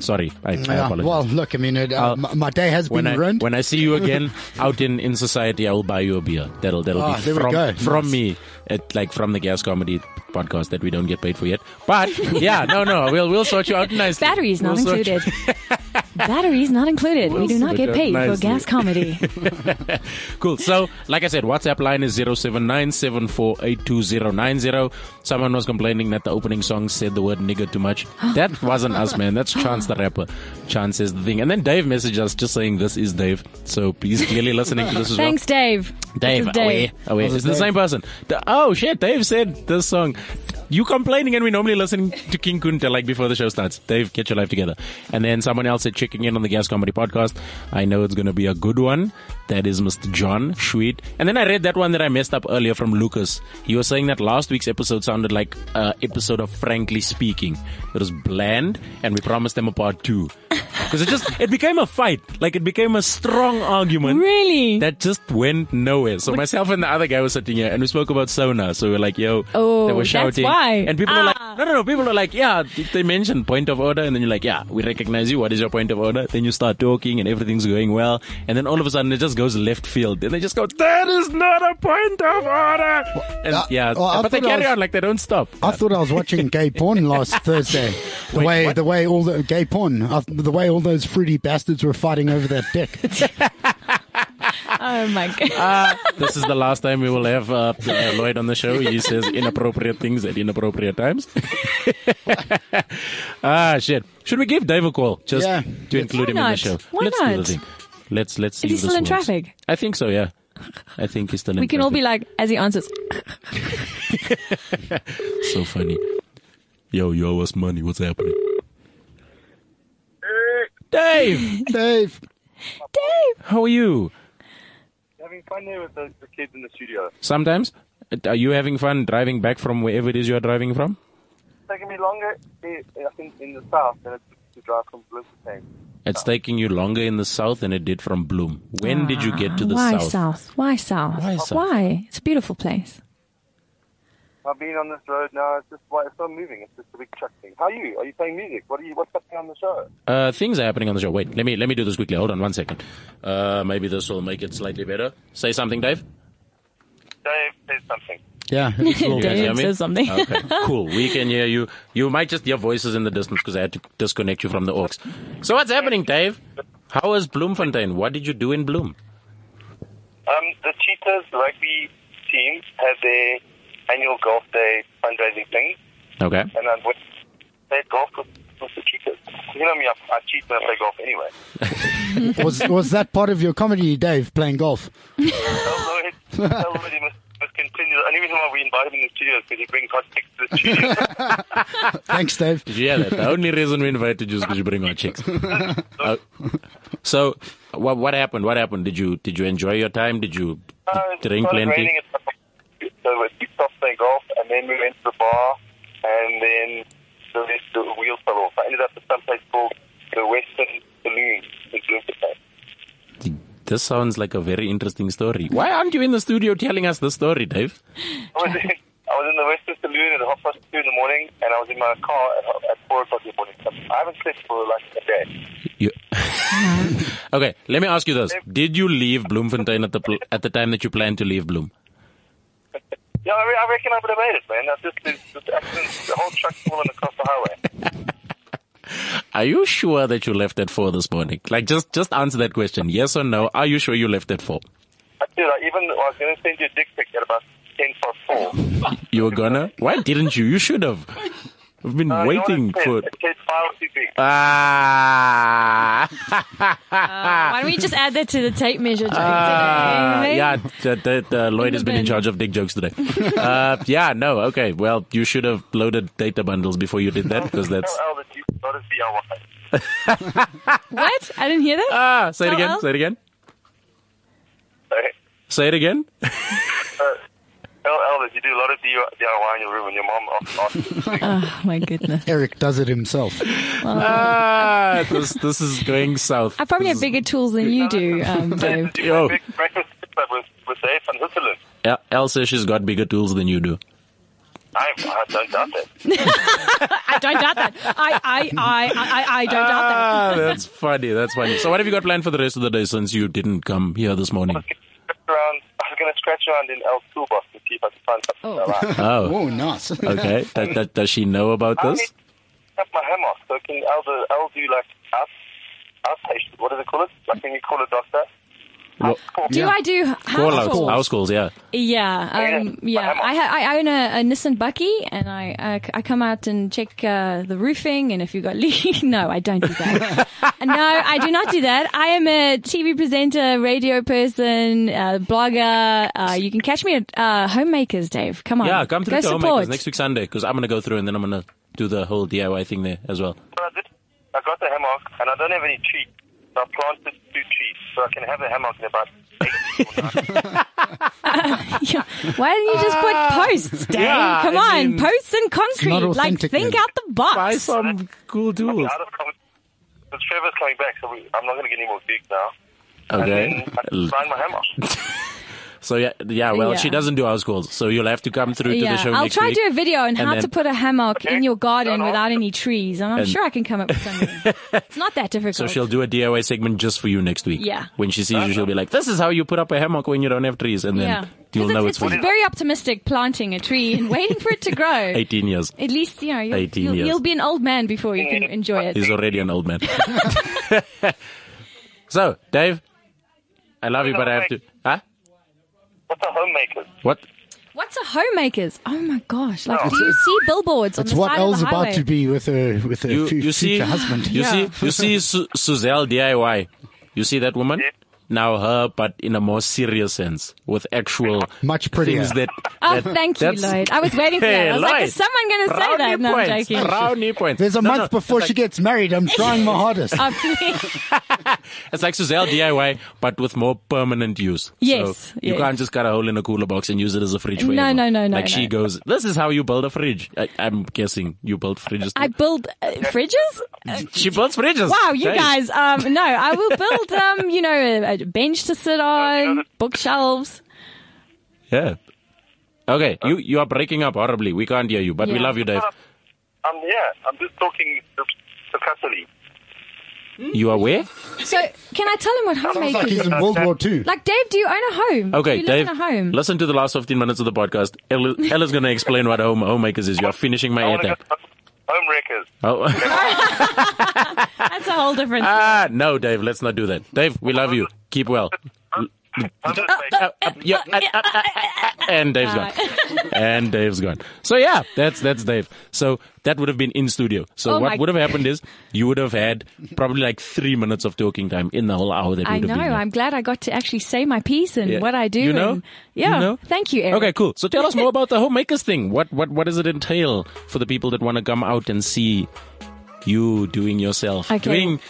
Sorry, I, I
yeah,
apologize.
well, look, I mean, it, uh,
Uh,
my, my day has
when
been
I,
ruined.
when I see you again out in, in society, I will buy you a beer. That'll that'll
Ah,
be
there we
from
go.
from
Nice.
me at like from the Gas Comedy podcast that we don't get paid for yet. But yeah, no, no, we'll we'll sort you out nicely.
Batteries not
We'll sort
included. Batteries not included. We do not
sort
get
out
paid for
nicely.
gas comedy.
you- Cool. So, like I said, WhatsApp line is zero seven nine seven four eight two zero nine zero. Someone was complaining that the opening song said the word nigger too much. That wasn't us, man. That's Chance the rapper. Chance is the thing. And then Dave messaged us just saying this is Dave. So please clearly listening to this as well.
Thanks, Dave.
Dave, oh,
This is Dave.
away, away. It's the same person. The- oh shit, Dave said this song. You complaining and we normally listen to King Kunta like before the show starts. Dave, get your life together. And then someone else said checking in on the Gas Comedy Podcast. I know it's going to be a good one. That is Mr. John Sweet. And then I read that one that I messed up earlier from Lucas. He was saying that last week's episode sounded like an episode of Frankly Speaking. It was bland and we promised them a part two. Because it just, it became a fight. Like it became a strong argument
Really?
that just went nowhere. So myself and the other guy were sitting here, and we spoke about sauna. So we were like, "Yo,"
Oh,
they were
that's
shouting,
why.
and people were like,
Ah.
"No, no, no!" People were like, "Yeah," they mentioned point of order, and then you're like, "Yeah, we recognize you. What is your point of order?" Then you start talking, and everything's going well, and then all of a sudden it just goes left field, and they just go, "That is not a point of order," and
uh,
yeah,
well, I
but they
thought I
carry
was-
on like they don't stop.
I thought I was watching gay porn last Thursday. The
Wait,
way
what?
the way all the gay porn, uh, the way all those fruity bastards were fighting over that dick.
Oh my god.
Uh, this is the last time we will have uh, uh, Lloyd on the show. He says inappropriate things at inappropriate times. ah, shit. Should we give Dave a call just
Yeah.
to include
Why
him in the
not?
show?
Why
let's do the
not?
thing. Let's let's see.
he
if
still
this
in
works.
traffic?
I think so. Yeah, I think he's still in.
we can all be
traffic.
like, as he answers,
so funny. Yo, you owe us money. What's happening? Dave,
Dave,
Dave.
how are you?
having fun there with the, the kids in the studio.
Sometimes, are you having fun driving back from wherever it is you are driving from?
It's taking me longer, eh, I think, in the south than it took to drive from Bloemfontein.
It's taking you longer in the south than it did from Bloom. When did you get to the
Why
south?
Why south?
Why south?
Why? It's a beautiful place.
I've been on this road now. It's just why it's not moving. It's just a big truck thing. How are you? Are you playing music? What are you? What's happening on the show?
Uh, things are happening on the show. Wait, let me let me do this quickly. Hold on one second. Uh, maybe this will make it slightly better. Say something, Dave.
Dave, there's something.
yeah, it's all-
You guys
Dave
hear me?
says something.
Okay, cool. We can hear you. You might just hear voices in the distance because I had to disconnect you from the aux. So what's happening, Dave? How was Bloemfontein? What did you do in Bloom?
Um, the Cheetahs rugby team had their annual golf day fundraising thing,
Okay.
and I went played golf with, with the Cheetahs. You know me, I, I cheat when I play golf anyway.
was was that part of your comedy, Dave, playing golf?
Hello, Ed. Hello, Ed. He must, must continue. The only reason why we invite him in the studio is because he brings hot chicks to the studio.
Thanks, Dave.
Did you hear that? The only reason we invited you is because you bring our chicks. Uh, so what what happened? What happened? Did you did you enjoy your time? Did you drink
started
plenty.
raining at- So we we stopped playing golf, and then we went to the bar, and then the rest the wheels fell off. I ended up at some place called the Western Saloon in Bloemfontein.
This sounds like a very interesting story. Why aren't you in the studio telling us the story, Dave?
I was, in, I was in the Western Saloon at half past two in the morning, and I was in my car at, at four o'clock in the morning. I haven't slept for like a day.
You... okay, let me ask you this: Did you leave Bloemfontein at the pl- at the time that you planned to leave Bloom?
Yeah, I, re- I reckon I would have made it, man. I just, this, this accident, the whole truck's falling across the highway.
Are you sure that you left at four this morning? Like, just just answer that question: Yes or no? Are you sure you left at four?
I did. I even I was going to send you a dick pic at about ten past four. Uh,
You were gonna? Why didn't you? You should have. I've been
Uh, you know what
waiting
it said?
for.
It said file too big.
Ah,
Why don't we just add that to the tape measure joke today?
Ah, Uh, yeah. The, the, the Lloyd has been in
bin.
charge of dick jokes today. Uh, yeah, no, okay. Well, you should have loaded data bundles before you did that because that's.
Tell Al that you got his DIY.
What? I didn't hear that.
Ah, say it
Tell
again.
Al.
Say it again.
Sorry.
Say it again.
Tell Al that you do a lot of DIY in your room, and your mom uh, asks- asks.
Oh my goodness.
Eric does it himself.
Ah, this this is going south.
I probably have bigger tools than you do, um, Dave.
Did you
Yo.
have a big breakfast club with with Dave and Husserlin?
El- El says she's got bigger tools than you do.
I, I don't doubt that.
I don't doubt that. I, I, I, I, I don't doubt that.
Ah, that's funny. That's funny. So, what have you got planned for the rest of the day since you didn't come here this morning?
I was gonna scratch around. I was going to scratch around in Al's toolbox to see if I could find something.
Oh.
that I like.
Oh,
Oh, nice.
okay. That, that, does she know about
I
this?
need to have my hammock. So can Al do, Al do like out, outpatient? What do they call it? Like when you call a doctor.
Well,
Do
Yeah.
I do house
Call outs,
calls?
house calls, yeah.
Yeah, um,
Yeah.
yeah. I, ha- I own a, a Nissan Bucky, and I, I c- I come out and check uh, the roofing, and if you got leak, no, I don't do that. no, I do not do that. I am a TV presenter, radio person, uh, blogger. Uh, you can catch me at uh, Homemakers, Dave. Come on,
Yeah, come through
Go
to
support.
Homemakers next week Sunday because I'm going to go through and then I'm going to do the whole DIY thing there as well.
But I did. I got the hammock, and I don't have any trees. So I planted two trees, so I can have the hammock in about eight or nine.
Yeah. Why didn't you just put posts, Dave?
Uh, yeah,
come
I
on,
mean-
posts and concrete. Like,
authentic,
think
man.
out the box.
Buy some cool tools.
Out of com- but Trevor's coming back, so we, I'm not going to get any more gigs now.
Okay.
And then I can find my hammock.
So, yeah, yeah well,
Yeah.
she doesn't do house calls, so you'll have to come through to the show
I'll
next
try
week.
do a video on
and
how
then-
to put a hammock
Okay.
in your garden
No, no.
without any trees, and I'm
And-
sure I can come up with something. it's not that difficult.
so she'll do a DIY segment just for you next week.
Yeah.
When she sees you, she'll be like, "This is how you put up a hammock when you don't have trees," and then
yeah,
you'll
'Cause
know
it's,
it's, for
it's
you.
very optimistic planting a tree and waiting for it to grow.
18 years.
At least you know you'll,
18
you'll,
years.
you'll be an old man before you can enjoy it.
He's already an old man. so, Dave, I love you, but I have to. Huh?
What's a homemaker?
What?
What's a homemakers? Oh my gosh! Like,
No.
do you see billboards on
It's
the
what
side of
Elle's
the highway?
about to be with her with her
You
fu-
you see
future husband.
You
Yeah.
see you see Su- Suzelle DIY. You see that woman?
Yeah.
Now her, but in a more serious sense, with actual
Much prettier.
things that.
Oh,
that-
thank you,
that's-
Lloyd. I was waiting for that.
Hey,
I was like, is
Lloyd,
someone going to say
brownie
that? No,
points,
I'm joking.
brownie points.
There's a
No,
month
no,
before
it's
she
like-
gets married. I'm trying my hardest.
Oh, please.
It's like Suzelle DIY, but with more permanent use.
Yes,
So you
yes.
can't just cut a hole in a cooler box and use it as a fridge
No,
forever.
no, no, no,
Like she
no.
goes, this is how you build a fridge. I, I'm guessing you build fridges.
I build uh, fridges.
she builds fridges.
Wow, you
Dave.
guys. Um, no, I will build, um, you know, a, a bench to sit on, bookshelves.
Yeah. Okay, you, you are breaking up horribly. We can't hear you, but we
Yeah.
love you, Dave.
I'm yeah. I'm just talking to, to Cassidy.
You are where?
So, can I tell him what
Sounds like
homemakers
he's
is?
in World War Two.
Like, Dave, do you own a home?
Okay,
do you
Dave.
live in a home.
Listen to the last 15 minutes of the podcast. Ella, Ella's going to explain what home homemakers is. You are finishing my
I want to
attack.
go to home wreckers.
Oh.
That's a whole different.
ah, no, Dave, let's not do that. Dave, we love you. Keep well.
Homemaker.
Up, up, yeah, uh, up, up, up, up, up, and Dave's gone. And Dave's gone. So yeah, that's that's Dave. So that would have been in studio. So
Oh my-
what would have happened is you would have had probably like three minutes of talking time in the whole hour that
I
would
know.
have been. there.
I'm glad I got to actually say my piece and
Yeah.
what I do.
You know?
and- yeah.
You know?
Thank you, Eric.
Okay, cool. So tell us more about the homemakers thing. What what what does it entail for the people that want to come out and see you doing yourself,
Okay.
doing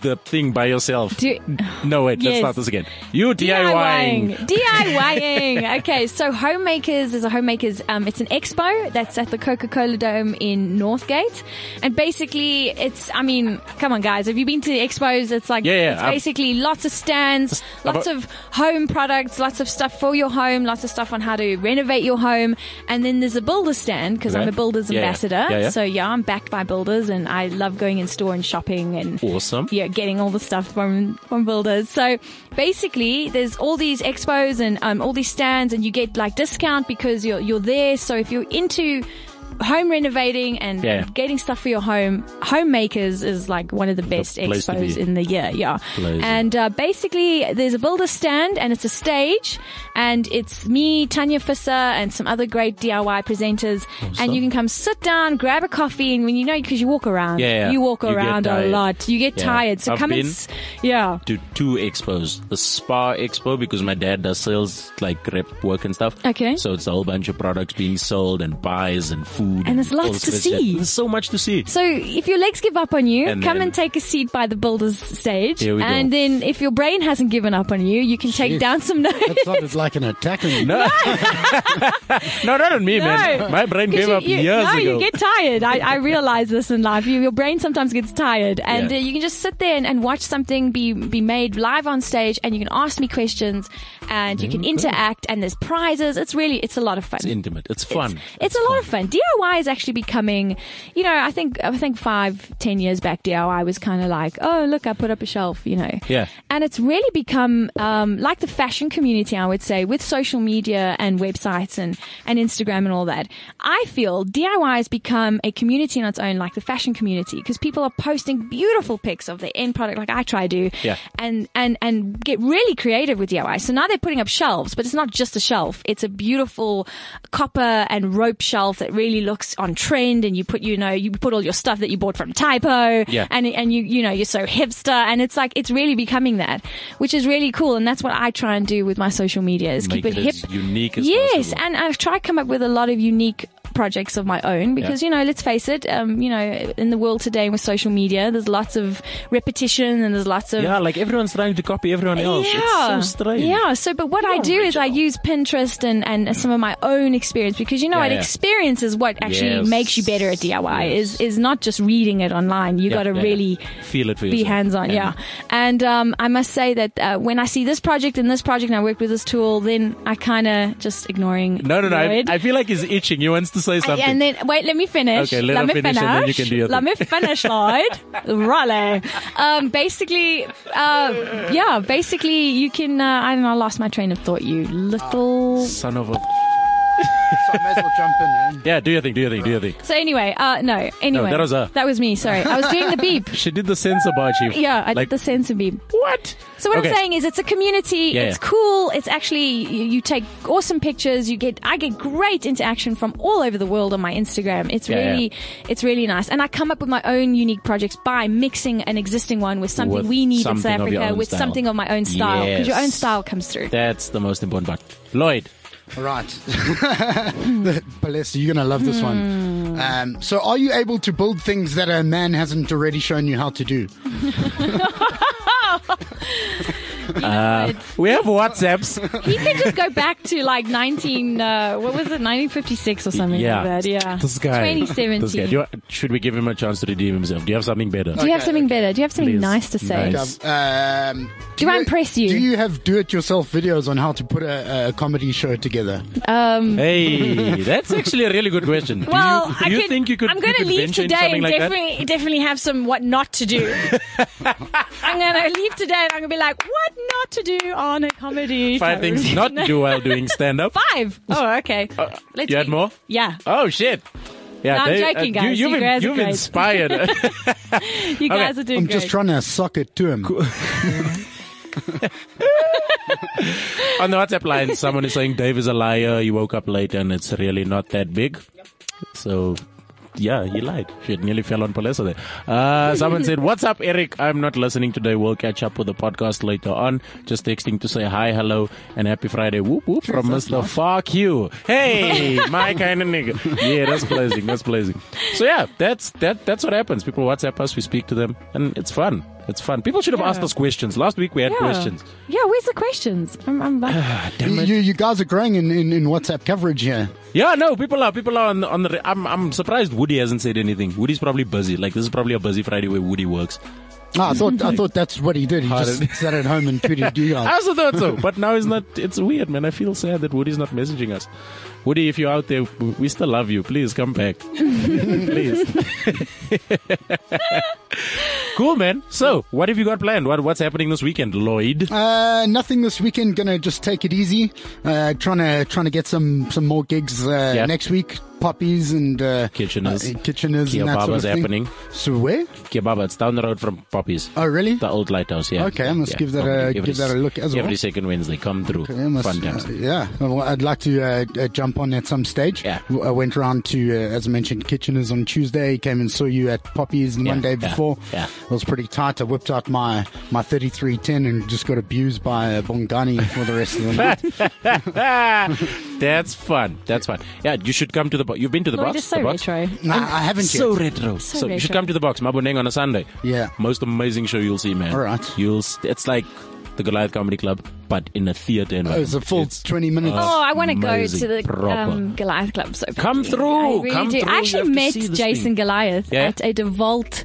the thing by yourself.
Do-
no, wait, let's
Yes.
start this again. You DIYing.
DIYing. DIYing. Okay, so Homemakers is a homemakers. Um, it's an expo that's at the Coca Cola Dome in Northgate, and basically, it's. I mean, come on, guys, have you been to the expos? It's like,
Yeah, yeah,
it's
I've-
basically lots of stands,
I've-
lots of home products, lots of stuff for your home, lots of stuff on how to renovate your home, and then there's a builder stand because I'm
Okay.
a builder's
Yeah, yeah.
ambassador.
Yeah, yeah.
So yeah, I'm backed by builders, and I love going in store and shopping and
Awesome.
yeah, getting all the stuff from from builders. So basically, there's all these expos and um, all these stands, and you get like discount because you're you're there. So if you're into home renovating and
Yeah.
getting stuff for your home, homemakers is like one of the best
place to
expos
be.
in the year. Yeah,
Blazing.
and uh, basically there's a builder stand and it's a stage, and it's me, Tanya Fisser, and some other great DIY presenters, and you can come sit down, grab a coffee, and when you know because you walk around,
Yeah, yeah.
you walk
You get
around a
tired.
lot, you get
Yeah.
tired. So
I've
come and
been-
s- yeah.
do two expos. The spa expo because my dad does sales like rep work and stuff.
Okay.
So it's a whole bunch of products being sold and buys and food.
And there's lots
all
to
sorts of shit.
see.
There's so much to see.
So if your legs give up on you,
And
come
then-
and take a seat by the builder's stage.
Here we go.
and then if your brain hasn't given up on you, you can take down some notes.
That sounded like an attack on you.
No, no, not on me, man. My brain
'Cause
gave
you-
up
you-
years
no,
ago.
you get tired. I, I realize this in life. You, your brain sometimes gets tired, and
Yeah.
uh, you can just sit there and, and watch something be be made live on stage, and you can ask me questions, and you can interact, and there's prizes. It's really it's a lot of fun.
Mm-hmm. it's intimate. It's fun.
It's a lot of fun. DIY is actually becoming, you know, I think I think five, ten years back, DIY was kind of like, oh look, I put up a shelf, you know.
Yeah.
And it's really become um, like the fashion community, I would say, with social media and websites and and Instagram and all that. I feel DIY has become a community on its own, like the fashion community, because people are posting beautiful pics of the end product, like I try to.
Yeah.
And and and get really creative with DIY. So now they're putting up shelves, but it's not just a shelf. It's a beautiful copper and rope shelf that really looks on trend. And you put you know you put all your stuff that you bought from Typo.
Yeah.
And and you you know you're so hipster, and it's like it's really becoming that, which is really cool. And that's what I try and do with my social media is
Make
keep it,
it
hip,
as unique as
yes,
possible.
and I've tried to come up with a lot of unique projects of my own because
Yeah.
you know let's face it um, you know in the world today with social media there's lots of repetition and there's lots of
Yeah, like everyone's trying to copy everyone else.
yeah.
It's so strange.
Yeah. So, but what I do is I use Pinterest and, and some of my own experience because you know
Yeah,
what
yeah.
experience is what actually
Yes.
makes you better at DIY
Yes.
is is not just reading it online. You
Yeah,
got to
yeah, yeah.
really
feel it for
be
yourself.
hands on.
And
Yeah. And um, I must say that uh, when I see this project and this project and I work with this tool, then I kind of just ignoring.
No, no, no. I,
it.
I feel like he's itching. He wants to say something.
And then wait, let me finish.
Okay, let her
me
finish and then you can do your
Let
thing.
me finish, Lloyd. Raleigh. Um, basically, uh, yeah. Basically, you can. Uh, I don't know. I lost my train of thought. You little.
Son of a.
So I may as well jump in. Eh?
Yeah, do your thing, do your thing, do your thing.
So anyway, uh, no. Anyway,
that was her.
That was me. Sorry, I was doing the beep.
She did the sensor bar, chief.
Yeah, I
like,
did the sensor beep.
What?
So what
Okay.
I'm saying is, it's a community.
Yeah,
it's
yeah.
cool. It's actually you, you take awesome pictures. You get I get great interaction from all over the world on my Instagram. It's
Yeah,
really
yeah.
it's really nice, and I come up with my own unique projects by mixing an existing one with something
With
we need in
something
South
of your
Africa
own
with
style.
something of my own style because your
Yes.
own style comes through.
That's the most important part. Lloyd.
Right. Palessa, you're going to love this one.
Hmm.
Um, so, are you able to build things that a man hasn't already shown you how to do?
We have WhatsApps.
you can just go back to like 19 uh, what was it 1956 or something
yeah.
like that. Yeah,
This guy. This guy.
2017.
Do you, should we give him a chance to redeem himself? Do you have something better?
Do you have something better? Do you have something
Please.
nice to say?
Nice.
Um,
Do I impress you?
Do you have do it yourself videos on how to put a, a comedy show together?
Hey, that's actually a really good question. Do
Well,
you, do
I
you
could,
think you could?
I'm
you
going to
could
leave
venture into
today
something
and
like that?
definitely, definitely have some what not to do. I'm going to leave today and I'm going to be like, what not to do on a comedy?
Five
show.
things not to do while doing stand up.
Five. Oh, okay. Let's
you had
see.
more?
Yeah.
Oh shit! Yeah,
No, I'm
they- uh,
joking,
You, you've
guys. You
in-
guys are
you've
great.
inspired.
You guys are doing
I'm
great.
just trying to suck it to him.
On the WhatsApp line, someone is saying Dave is a liar. He woke up late, and it's really not that big. So yeah, he lied. Shit, nearly fell on Palesa there. Uh, someone said, What's up, Eric? I'm not listening today. We'll catch up with the podcast later on. Just texting to say hi, hello, and happy Friday. Whoop, whoop, from Mr. Fuck You. Hey, my kind of nigga. Yeah, that's pleasing. That's pleasing. So, yeah, that's that. that's what happens. People WhatsApp us, we speak to them, and it's fun. It's fun. People should have asked us questions. Last week we had questions.
Yeah, where's the questions? I'm, I'm back.
Damn it.
You, you guys are growing in, in, in WhatsApp coverage here.
Yeah, no, people are people are on the, on the. I'm I'm surprised Woody hasn't said anything. Woody's probably busy. Like this is probably a busy Friday where Woody works.
Ah, I thought
Mm-hmm.
I thought that's what he did. He
Pardon?
just sat at home and tweeted you
I
guys.
also thought so, but now he's not. It's weird, man. I feel sad that Woody's not messaging us. Woody, if you're out there, w- we still love you. Please come back. Please. cool, man. So, what have you got planned? What what's happening this weekend, Lloyd?
Uh, nothing this weekend. Gonna just take it easy. Uh, trying to trying to get some some more gigs uh,
Yeah.
next week. Poppies and uh,
Kitcheners.
uh, kitcheners, and that sort of
Keobaba's
thing.
happening.
So where?
Kebaba, it's down the road from Poppies.
Oh, really?
The old lighthouse, yeah.
Okay, I must
Yeah,
give that a-
Poppies.
give that a look as well.
Every second Wednesday, come through.
I must-
Fun times.
uh, yeah, Well, I'd like to uh, uh, jump on at some stage.
Yeah.
W- I went around to, uh, as I mentioned, Kitcheners on Tuesday. Came and saw you at Poppy's the
Yeah,
Monday
yeah,
before.
yeah.
it was pretty tight. I whipped out my my thirty three ten and just got abused by uh, Bongani for the rest of the night.
That's fun. That's fun. Yeah, you should come to the box. You've been to the
Lloyd
box.
is so
the box?
retro.
Nah, I haven't
So
yet.
retro. So, you should
retro.
come to the box, Maboneng on a Sunday.
Yeah.
Most amazing show you'll see, man.
All right.
You'll. St- it's like the Goliath Comedy Club, but in a theater
It
environment.
was Oh, a full
It's-
twenty minutes.
Oh, I want to go
Amazing.
to the
Proper.
um, Goliath Club. So badly.
Come through,
I really
come through,
do. I
you have
actually
to
met
see this
Jason
thing.
Goliath
Yeah.
at a DeVault.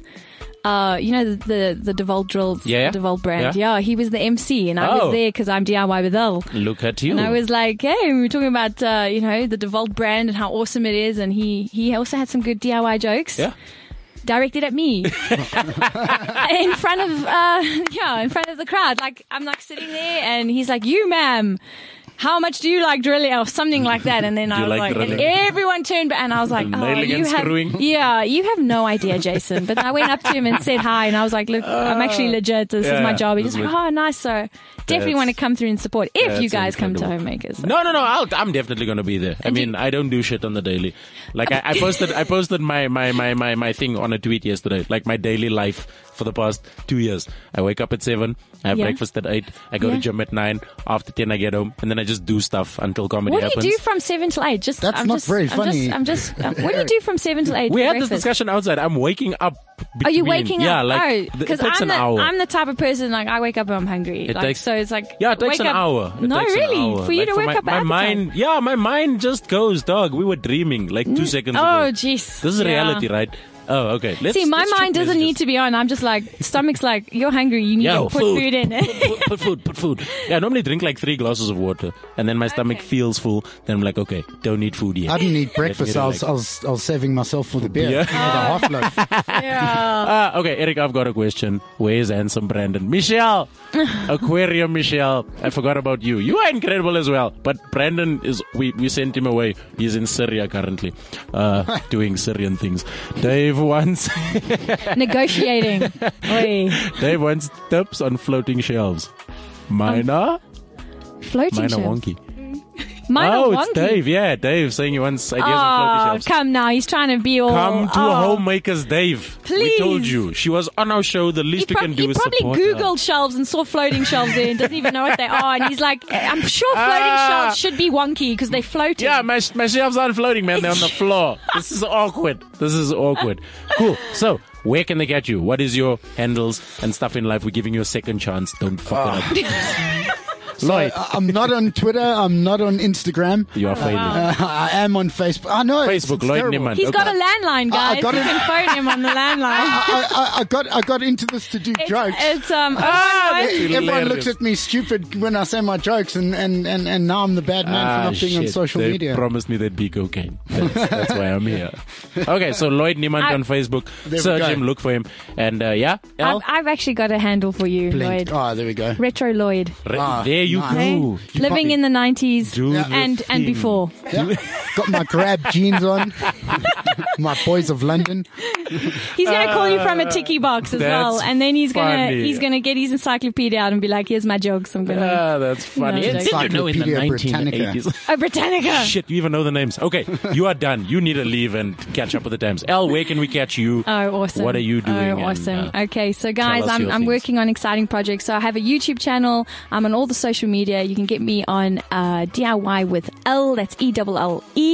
Uh, you know the the, the DeVault drills,
Yeah, yeah.
DeVault brand.
Yeah.
Yeah. he was the MC, and I
Oh.
was there because I'm DIY with L.
Look at you.
And I was like, hey, we were talking about uh, you know the DeVault brand and how awesome it is, and he he also had some good DIY jokes
Yeah.
directed at me in front of uh, yeah in front of the crowd. Like I'm like sitting there, and he's like, "You, ma'am." How much do you like drilling or something like that? And then I
you
was
like
like, and
drilling?
everyone turned back, and I was like, oh,
Nailing
you
and
have,
screwing?
yeah, you have no idea, Jason. But I went up to him and said hi, and I was like, look, I'm actually legit. This
Uh, yeah,
is my job. He's
this
just
is-
like, oh, nice. So definitely
That's-
want to come through and support if you
that's
guys come to
incredible.
Homemakers.
No, no, no. I'll, I'm definitely going to be there. I mean, I don't do shit on the daily. Like I, I posted, I posted my, my, my, my, my thing on a tweet yesterday. Like my daily life for the past two years. I wake up at seven. I have
Yeah.
breakfast at eight. I go to
Yeah.
gym at nine. After ten, I get home, and then I just do stuff until comedy
What do
happens.
you do from seven till eight? Just
That's
I'm
not
just,
very
I'm
funny.
Just, I'm just. um, what do you do from seven till eight?
we
for
had this
breakfast?
discussion outside. I'm waking up.
Are you
between-
waking
yeah,
up?
like
oh,
th- it
because
takes
I'm
an
the,
hour.
I'm the type of person like I wake up and I'm hungry.
It
like,
takes-
so it's like
yeah, it takes
wake
an
up-
hour. It
no,
takes an
really,
hour.
for you
Like,
to wake
my,
up.
My
appetite.
mind, yeah, my mind just goes, dog. We were dreaming like two seconds ago.
Oh, jeez.
This is
Yeah.
reality, right? Oh, okay. Let's,
See, my
let's check
mind doesn't
messages.
need to be on. I'm just like stomach's like you're hungry. You need
Yo,
to put
food.
food, in.
put, put food, put food. Yeah, I normally drink like three glasses of water, and then my stomach
Okay.
feels full. Then I'm like, okay, don't need food yet.
I didn't eat breakfast. I was, I was I was saving myself for the beer.
Yeah.
You know, the half loaf.
yeah.
Ah, okay, Eric, I've got a question. Where's handsome Brandon? Michelle! Aquarium Michelle. I forgot about you. You are incredible as well. But Brandon is, we, we sent him away. He's in Syria currently, uh, doing Syrian things. Dave wants,
Negotiating. Oi.
Dave wants tips on floating shelves. Mine are,
Floating
mine are
ships.
wonky.
Mine are
oh,
wonky.
it's Dave. Yeah, Dave saying he wants ideas on floating
Oh,
shelves.
come now. He's trying to be all.
Come to
oh.
Homemakers Dave. We
Please.
told you. She was on our show. The
He,
least we
prob-
can do
he
is
probably
support her.
Googled shelves and saw floating shelves there and doesn't even know what they are. And he's like, I'm sure floating
Ah.
shelves should be wonky because they float.
Yeah, my, my shelves aren't floating, man. They're on the floor. This is awkward. This is awkward. Cool. So, where can they get you? What is your handles and stuff in life? We're giving you a second chance. Don't fuck it
Ah.
up. Lloyd,
uh,
I- I'm not on Twitter. I'm not on Instagram.
you are failing.
Uh, I am on Facebook. I know it's-
Facebook,
it's
Lloyd
terrible.
Niemann.
He's got a
Okay.
landline, guys.
got
you
it.
can phone him on the landline.
I, I, I got I got into this to do
It's,
jokes.
it's um.
Ah,
oh,
that's-
Everyone
hilarious.
looks at me stupid when I say my jokes, and, and, and, and now I'm the bad man
Ah,
for not being on
shit.
social
they
media.
promised me there'd be cocaine. That's, that's why I'm here. Okay, so Lloyd Niemann
I-
on Facebook.
we
Search
go.
him, look for him. And uh, yeah,
my-
L,
I've, I've actually got a handle for you,
Blink.
Lloyd.
Oh, there we go.
Retro Lloyd.
re-
ah,
there you
nice.
Okay?
go.
Living
probably-
in the 90s
Do the
and and
thing.
before.
Yeah. got my grab jeans on. my boys of London.
he's gonna call you from a tiki box as well,
that's
and then he's gonna
funny.
he's gonna get his encyclopedia out and be like, "Here's my jokes." I'm gonna
Ah, that's funny.
No,
Did you know in the
Encyclopedia Britannica.
1980s?
oh Britannica.
Shit, you even know the names. Okay, you are done. You need to leave and catch up with the times. Al, where can we catch you?
Oh, awesome.
What are you doing?
Oh,
And,
awesome.
uh,
okay, so guys,
us
I'm,
your
I'm
things.
working on exciting projects. So I have a YouTube channel. I'm on all the social media. You can get me on uh, DIY with L. That's E double L E.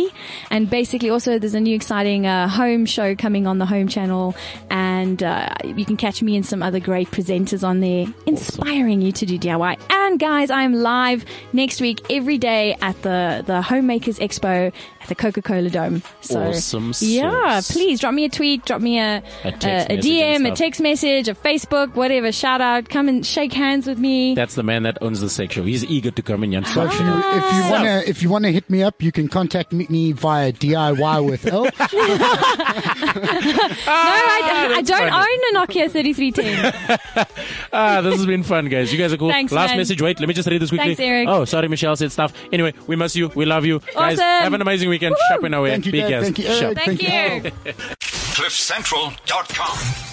And basically, also there's a new exciting uh, home show coming on the home channel, and uh, you can catch me and some other great presenters on there, inspiring you to do DIY. And guys, I'm live next week every day at the the Homemakers Expo at the Coca Cola Dome. So
Awesome
yeah,
sauce.
please drop me a tweet, drop me a
A
a,
text
a
message and
DM, a
stuff.
text message, a Facebook, whatever. Shout out, come and shake hands with me.
That's the man that owns the sex show. He's eager to come in.
Ah.
and
So
fuck
if you if you wanna if you wanna hit me up, you can contact me- me via DIY with L.
no, I, I don't own a Nokia 3310.
Ah, this has been fun, guys. You guys are cool.
Thanks,
Last
man.
message. Wait, let me just read this quickly.
Thanks, Eric.
Oh, sorry, Michelle said stuff. Anyway, we miss you. We love you. Guys,
Awesome.
have an amazing weekend. Shopping away.
Thank you,
Big
Dad.
ass
Thank you,
shop.
Eric.
Thank
Thank you.
you.
CliffCentral.com.